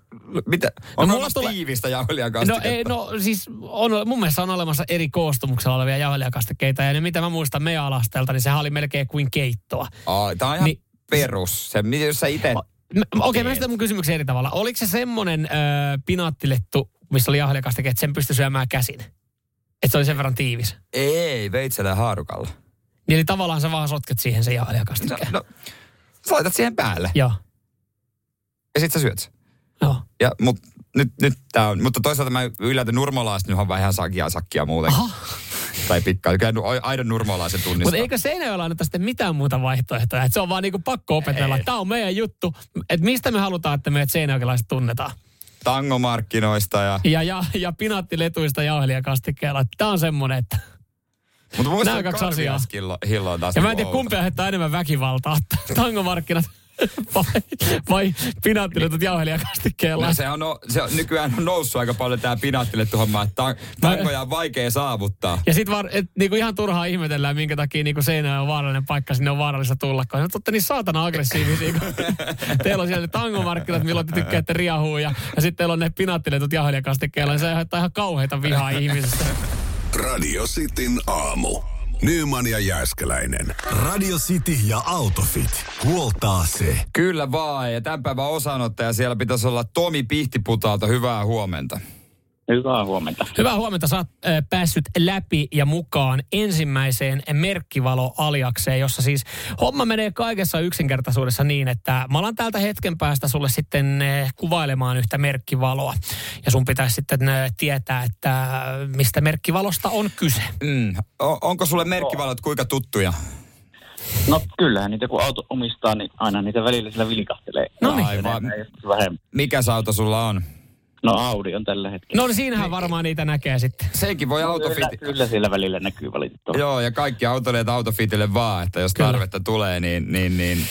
[SPEAKER 2] mitä, on
[SPEAKER 3] mulla
[SPEAKER 2] no, olemassa
[SPEAKER 3] tulee-
[SPEAKER 2] tulee... tiivistä jauhelihan
[SPEAKER 3] No,
[SPEAKER 2] kastiketta?
[SPEAKER 3] ei, no siis on, mun mielestä on olemassa eri koostumuksella olevia jauhelijakastikkeita ja ne mitä mä muistan meidän alasteelta, niin sehän oli melkein kuin keittoa.
[SPEAKER 2] Ai, tää on ihan
[SPEAKER 3] Niin-
[SPEAKER 2] niin, perus. Se, mitä jos sä ite...
[SPEAKER 3] Mä- mä- Okei, mä esitän mun kysymyksen eri tavalla. Oliko se semmonen ö, pinaattilettu, missä oli jauhelihakastike, että sen pystyi syömään käsin? Että se oli sen verran tiivis.
[SPEAKER 2] Ei, veitsellä ja haarukalla.
[SPEAKER 3] Niin eli tavallaan sä vaan sotket siihen sen
[SPEAKER 2] No,
[SPEAKER 3] jauhelihakastikkeen.
[SPEAKER 2] no, sä laitat siihen päälle
[SPEAKER 3] Joo,
[SPEAKER 2] ja sit sä syöt sen.
[SPEAKER 3] joo.
[SPEAKER 2] Ja, mut, nyt, nyt tää on, mutta toisaalta mä yllätän nurmolaiset, nyt on vähän ihan sakia sakkia muuten.
[SPEAKER 3] Aha.
[SPEAKER 2] Tai pikkaa. Kyllä nu- aidon nurmolaisen tunnistaa.
[SPEAKER 3] Mutta eikö Seinäjoella anneta sitten mitään muuta vaihtoehtoja? Että se on vaan niinku pakko opetella. Tämä on meidän juttu. Että mistä me halutaan, että meidät seinäjokelaiset tunnetaan?
[SPEAKER 2] Tangomarkkinoista ja...
[SPEAKER 3] Ja, ja, ja pinaattiletuista jauhelijakastikkeella. Tämä on semmonen, että...
[SPEAKER 2] Mutta mun
[SPEAKER 3] Nämä kaksi asiaa.
[SPEAKER 2] Hillo, hillo on taas
[SPEAKER 3] Ja mä en
[SPEAKER 2] niinku
[SPEAKER 3] tiedä,
[SPEAKER 2] outo.
[SPEAKER 3] kumpi aiheuttaa enemmän väkivaltaa. Tangomarkkinat vai, vai pinaattiletut jauhelijakastikkeella.
[SPEAKER 2] No, se on, no- se on, nykyään on noussut aika paljon tää pinattille homma, että tang- tangoja on vaikea saavuttaa.
[SPEAKER 3] Ja sit vaan, et, niinku ihan turhaa ihmetellään, minkä takia niinku seinä on vaarallinen paikka, sinne on vaarallista tulla. Kun te olette niin saatana aggressiivisia, kun teillä on siellä ne tangomarkkinat, milloin te tykkäätte riahua. Ja, ja sitten teillä on ne pinaattiletut jauhelijakastikkeella, niin se aiheuttaa ihan kauheita vihaa ihmisistä.
[SPEAKER 1] Radio Cityn aamu. Nyman ja Jääskeläinen.
[SPEAKER 6] Radio City ja Autofit. Huoltaa se.
[SPEAKER 2] Kyllä vaan, ja tämän päivän osanottaja siellä pitäisi olla Tomi Pihtiputalta. Hyvää huomenta.
[SPEAKER 7] Hyvää huomenta.
[SPEAKER 3] Hyvää huomenta, sä oot äh, päässyt läpi ja mukaan ensimmäiseen merkkivaloaliakseen, jossa siis homma menee kaikessa yksinkertaisuudessa niin, että mä alan täältä hetken päästä sulle sitten äh, kuvailemaan yhtä merkkivaloa. Ja sun pitäisi sitten äh, tietää, että äh, mistä merkkivalosta on kyse.
[SPEAKER 2] Mm. O- onko sulle merkkivalot kuinka tuttuja?
[SPEAKER 7] No kyllähän niitä kun auto omistaa, niin aina niitä välillä sillä vilkahtelee.
[SPEAKER 3] No niin.
[SPEAKER 2] Aivan.
[SPEAKER 7] Enemmän ja joskus vähemmän.
[SPEAKER 2] Mikä auto sulla on?
[SPEAKER 7] No Audi on tällä hetkellä.
[SPEAKER 3] No niin siinähän varmaan niitä näkee sitten.
[SPEAKER 2] Sekin voi
[SPEAKER 7] kyllä,
[SPEAKER 2] autofiti...
[SPEAKER 7] kyllä sillä välillä näkyy valitettavasti.
[SPEAKER 2] Joo, ja kaikki autoilijat autofitille vaan, että jos
[SPEAKER 3] Kyllä.
[SPEAKER 2] tarvetta tulee, niin, niin, niin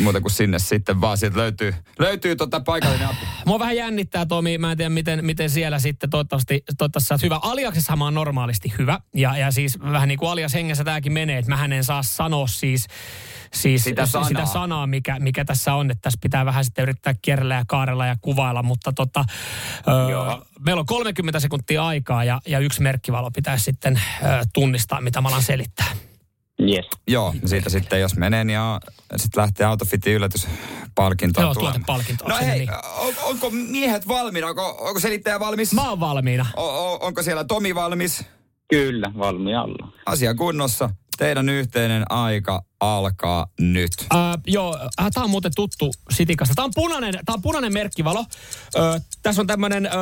[SPEAKER 2] muuta kuin sinne sitten vaan. Sieltä löytyy, löytyy tota paikallinen apu.
[SPEAKER 3] Mua vähän jännittää, Tomi. Mä en tiedä, miten, miten siellä sitten toivottavasti, toivottavasti sä oot hyvä. Aliaksessa mä oon normaalisti hyvä. Ja, ja siis vähän niin kuin alias hengessä tääkin menee, että mähän en saa sanoa siis, siis
[SPEAKER 2] Sitä sanaa.
[SPEAKER 3] sitä sanaa mikä, mikä, tässä on. Että tässä pitää vähän sitten yrittää kierrellä ja kaarella ja kuvailla. Mutta tota, ö, meillä on 30 sekuntia aikaa ja, ja yksi merkkivalo pitäisi sitten ö, tunnistaa, mitä mä alan selittää.
[SPEAKER 7] Yes.
[SPEAKER 2] Joo, siitä sitten jos menee, niin sitten lähtee autofitin yllätyspalkintoon
[SPEAKER 3] Joo,
[SPEAKER 2] tulemaan.
[SPEAKER 3] tuotepalkintoon,
[SPEAKER 2] No
[SPEAKER 3] sinne
[SPEAKER 2] hei,
[SPEAKER 3] niin.
[SPEAKER 2] on, onko miehet valmiina? Onko, onko selittäjä valmis?
[SPEAKER 3] Mä oon valmiina.
[SPEAKER 2] O, o, onko siellä Tomi valmis?
[SPEAKER 7] Kyllä, valmiina ollaan.
[SPEAKER 2] Asia kunnossa. Teidän yhteinen aika alkaa nyt.
[SPEAKER 3] Äh, joo, äh, tämä on muuten tuttu sitikasta. Tämä on punainen, tää on punainen merkkivalo. Äh, tässä on tämmöinen äh,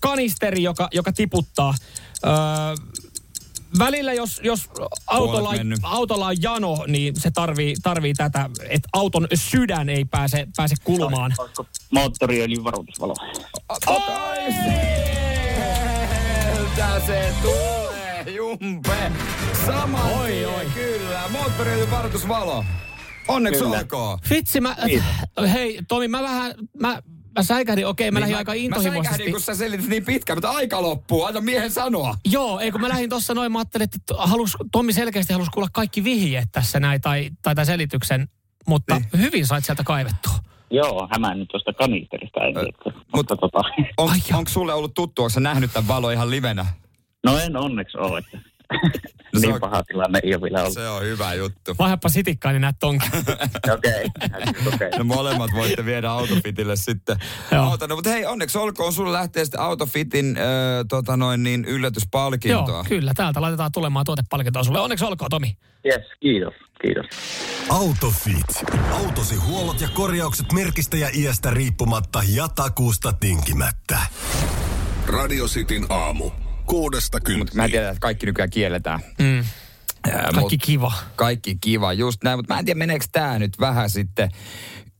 [SPEAKER 3] kanisteri, joka, joka tiputtaa. Äh, välillä, jos, jos autolla,
[SPEAKER 2] Puolet mennyt.
[SPEAKER 3] autolla on jano, niin se tarvii, tarvii tätä, että auton sydän ei pääse, pääse kulumaan.
[SPEAKER 7] Olisiko moottoriöljyn varoitusvalo?
[SPEAKER 2] Oi! Sieltä se tulee, jumpe. Sama oi, oi. kyllä. Moottoriöljy varoitusvalo. Onneksi
[SPEAKER 7] Kyllä.
[SPEAKER 2] olkoon.
[SPEAKER 3] Vitsi, mä,
[SPEAKER 2] Niin.
[SPEAKER 3] hei Tomi, mä vähän, mä, mä säikähdin, okei, mä lähdin aika
[SPEAKER 2] Niin Mä säikähdin,
[SPEAKER 3] intohimoisesti.
[SPEAKER 2] kun sä selitit niin pitkään, mutta aika loppuu. Anna miehen sanoa.
[SPEAKER 3] Joo, ei kun mä lähdin tuossa noin, mä ajattelin, että t- halus, Tommi selkeästi halusi kuulla kaikki vihjeet tässä näin, tai, tai tämän selityksen, mutta niin. hyvin sait sieltä kaivettua.
[SPEAKER 7] Joo, hämään nyt tuosta kanisterista en tiedä. Mutta tota,
[SPEAKER 2] On, onko sulle ollut tuttu, onko sä nähnyt tämän valo ihan livenä?
[SPEAKER 7] no en onneksi ole. Että
[SPEAKER 2] No se
[SPEAKER 7] niin
[SPEAKER 2] on-
[SPEAKER 7] paha tilanne ei ole vielä ollut.
[SPEAKER 2] Se on hyvä juttu.
[SPEAKER 3] Vaihapa sitikkaa, niin näet tonkin.
[SPEAKER 7] Okei, okei.
[SPEAKER 2] No molemmat voitte viedä autofitille sitten
[SPEAKER 3] Joo.
[SPEAKER 2] auton. No, mutta hei, onneksi olkoon, sulle lähtee sitten autofitin äh, tota noin, niin yllätyspalkintoa.
[SPEAKER 3] Joo, kyllä. Täältä laitetaan tulemaan tuotepalkintoa sulle. Onneksi olkoon, Tomi.
[SPEAKER 7] Yes, kiitos, kiitos.
[SPEAKER 6] Autofit. Autosi huollot ja korjaukset merkistä ja iästä riippumatta ja takuusta tinkimättä.
[SPEAKER 1] Radio Cityn aamu. Kuudesta
[SPEAKER 2] Mutta mä
[SPEAKER 1] kymppiin.
[SPEAKER 2] tiedän, että kaikki nykyään kielletään.
[SPEAKER 3] Mm.
[SPEAKER 2] Äh,
[SPEAKER 3] Kaikki kiva.
[SPEAKER 2] kaikki kiva, just näin. Mutta mä en tiedä, meneekö tämä nyt vähän sitten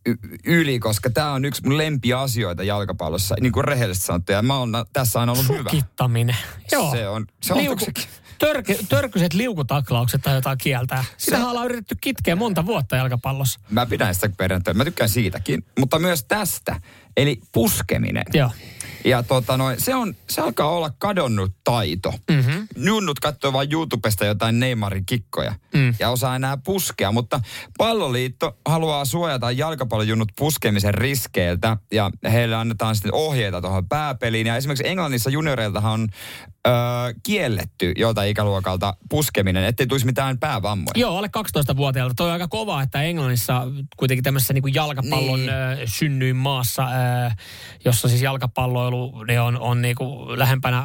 [SPEAKER 2] y- yli, koska tämä on yksi mun lempiasioita jalkapallossa, niin kuin rehellisesti sanottuna. Ja mä oon na- tässä aina ollut hyvä.
[SPEAKER 3] Sukittaminen. Joo.
[SPEAKER 2] Se on- se on toksikin.
[SPEAKER 3] törke, törkyset liukutaklaukset tai jotain kieltää. Sitä ollaan yritetty kitkeä monta vuotta jalkapallossa.
[SPEAKER 2] Mä pidän sitä perjantaina. Mä tykkään siitäkin, mutta myös tästä. Eli puskeminen.
[SPEAKER 3] Joo.
[SPEAKER 2] Ja tota noin, se, on, se alkaa olla kadonnut taito. Mm-hmm. Junnut katsoo vaan YouTubesta jotain Neymarin kikkoja mm. ja osaa enää puskea, mutta palloliitto haluaa suojata jalkapallojunnut puskemisen riskeiltä ja heille annetaan sitten ohjeita tuohon pääpeliin. Ja esimerkiksi Englannissa junioreiltahan on öö, kielletty joltain ikäluokalta puskeminen, ettei tulisi mitään päävammoja.
[SPEAKER 3] Joo, alle 12-vuotiaalta. Toi on aika kova, että Englannissa kuitenkin tämmöisessä niin kuin jalkapallon
[SPEAKER 2] Niin.
[SPEAKER 3] niin. synnyin maassa, ö, jossa siis jalkapalloilu ne on, on niin kuin lähempänä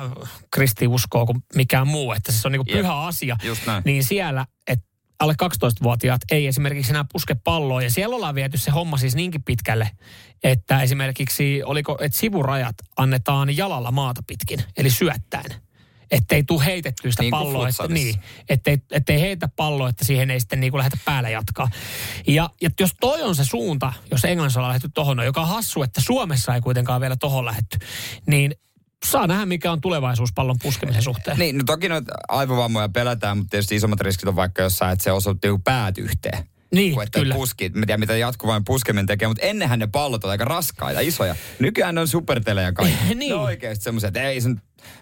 [SPEAKER 3] kristiuskoa kuin mikään muu. Että se on niin kuin
[SPEAKER 2] Jep.
[SPEAKER 3] pyhä asia.
[SPEAKER 2] Just näin.
[SPEAKER 3] Niin siellä, että alle 12-vuotiaat ei esimerkiksi enää puske palloa. Ja siellä ollaan viety se homma siis niinkin pitkälle, että esimerkiksi oliko, että sivurajat annetaan jalalla maata pitkin, eli syöttäen. Ettei tuu heitettyä sitä
[SPEAKER 2] Niin kuin
[SPEAKER 3] palloa. Että,
[SPEAKER 2] futsalissa.
[SPEAKER 3] niin, ettei, ettei heitä palloa, että siihen ei sitten niin kuin lähdetä päällä jatkaa. Ja, ja jos toi on se suunta, jos Englannissa on lähdetty tohon, no, joka on hassu, että Suomessa ei kuitenkaan vielä tohon lähdetty, niin saa nähdä, mikä on tulevaisuus pallon puskemisen suhteen.
[SPEAKER 2] Niin, no toki noita aivovammoja pelätään, mutta tietysti isommat riskit on vaikka jossain, että se osoitti joku päät yhteen.
[SPEAKER 3] Niin,
[SPEAKER 2] Kun että
[SPEAKER 3] kyllä.
[SPEAKER 2] Puski, mä tiedän, mitä jatkuvan puskeminen tekee, mutta ennenhän ne pallot on aika raskaita, isoja. Nykyään ne on supertelejä kaikki.
[SPEAKER 3] Niin.
[SPEAKER 2] Ne on oikeasti semmoisia, että ei sen,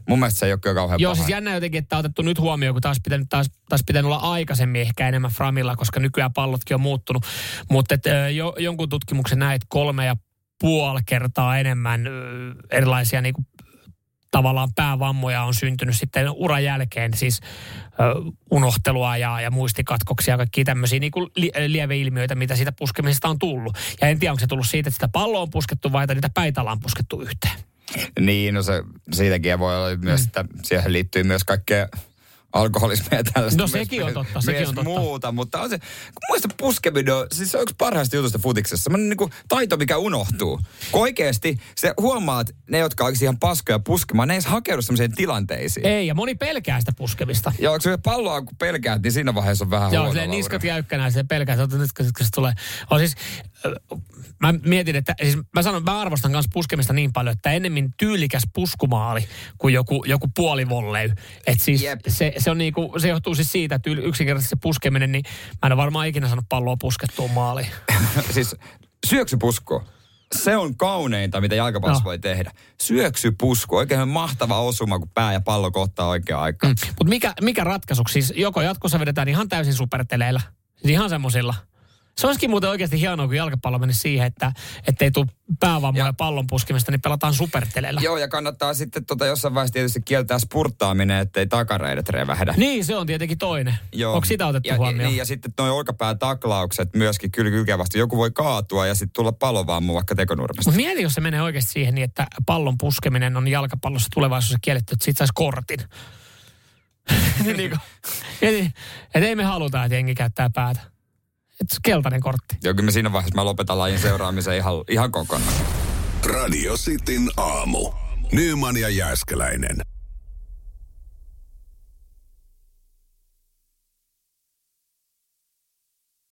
[SPEAKER 2] mun mielestä se ei ole kyllä kauhean
[SPEAKER 3] Joo,
[SPEAKER 2] paha.
[SPEAKER 3] siis jännä jotenkin, että on otettu nyt huomioon, kun taas pitänyt, taas, taas pitänyt olla aikaisemmin ehkä enemmän framilla, koska nykyään pallotkin on muuttunut. Mutta et, ö, jo, jonkun tutkimuksen näet kolme ja puoli kertaa enemmän ö, erilaisia niin kuin, tavallaan päävammoja on syntynyt sitten uran jälkeen, siis ö, unohtelua ja, ja muistikatkoksia ja kaikki tämmöisiä niin kuin li, ö, lieveilmiöitä, mitä siitä puskemisesta on tullut. Ja en tiedä, onko se tullut siitä, että sitä palloa on puskettu vai että niitä päitä ollaan puskettu yhteen.
[SPEAKER 2] Niin, no se, siitäkin voi olla
[SPEAKER 3] Mm.
[SPEAKER 2] myös, että siihen liittyy myös kaikkea alkoholismia ja tällaista.
[SPEAKER 3] No sekin on totta,
[SPEAKER 2] myös
[SPEAKER 3] sekin on totta.
[SPEAKER 2] muuta, mutta on se, kun muista puskeminen on, siis se on yksi parhaista jutusta futiksessa. Semmoinen niinku taito, mikä unohtuu. Kun oikeasti se huomaat, ne, jotka oikeasti ihan paskoja puskemaan, ne ei edes hakeudu semmoisiin tilanteisiin.
[SPEAKER 3] Ei, ja moni pelkää sitä puskemista.
[SPEAKER 2] Ja onko se palloa, kun pelkäät, niin siinä vaiheessa on vähän
[SPEAKER 3] Joo,
[SPEAKER 2] huono
[SPEAKER 3] se
[SPEAKER 2] Lauri.
[SPEAKER 3] niskat jäykkänä ja se pelkää, että nyt kun nyt kun se tulee. On siis, äh, mä mietin, että siis mä sanon, mä arvostan myös puskemista niin paljon, että ennemmin tyylikäs puskumaali kuin joku, joku puolivolley. Et siis
[SPEAKER 2] Jep.
[SPEAKER 3] se, se, on niinku, se johtuu siis siitä, että yl- yksinkertaisesti se puskeminen, niin mä en ole varmaan ikinä saanut palloa puskettua maaliin.
[SPEAKER 2] siis syöksypusku. Se on kauneinta, mitä jalkapallossa
[SPEAKER 3] No.
[SPEAKER 2] no. voi tehdä. Syöksypusku, oikein mahtava osuma, kun pää ja pallo kohtaa oikea aika. Mm.
[SPEAKER 3] Mutta mikä, mikä ratkaisu? Siis joko jatkossa vedetään ihan täysin superteleillä, siis ihan semmoisilla. Se olisikin muuten oikeasti hienoa, kun jalkapallo menisi siihen, että ei tule päävammoja ja. pallon puskemista, niin pelataan superteleillä.
[SPEAKER 2] Joo, ja kannattaa sitten tota jossain vaiheessa tietysti kieltää spurttaaminen, ettei takareidet revähdä.
[SPEAKER 3] Niin, se on tietenkin toinen.
[SPEAKER 2] Joo.
[SPEAKER 3] Onko sitä otettu
[SPEAKER 2] ja,
[SPEAKER 3] huomioon?
[SPEAKER 2] Niin, ja sitten noin olkapäätaklaukset myöskin kyllä kykevästi. Joku voi kaatua ja sitten tulla palovammu vaikka tekonurmesta.
[SPEAKER 3] Mut mieti, jos se menee oikeasti siihen niin, että pallon puskeminen on jalkapallossa tulevaisuudessa kielletty, että siitä saisi kortin. niin kuin, mieti, et ei me haluta, että jengi käyttää päätä. Et se on keltainen kortti.
[SPEAKER 2] Joo, kyllä mä siinä vaiheessa mä lopetan lajin seuraamisen ihan, ihan kokonaan.
[SPEAKER 1] Radio Cityn aamu. Nyman ja Jääskeläinen.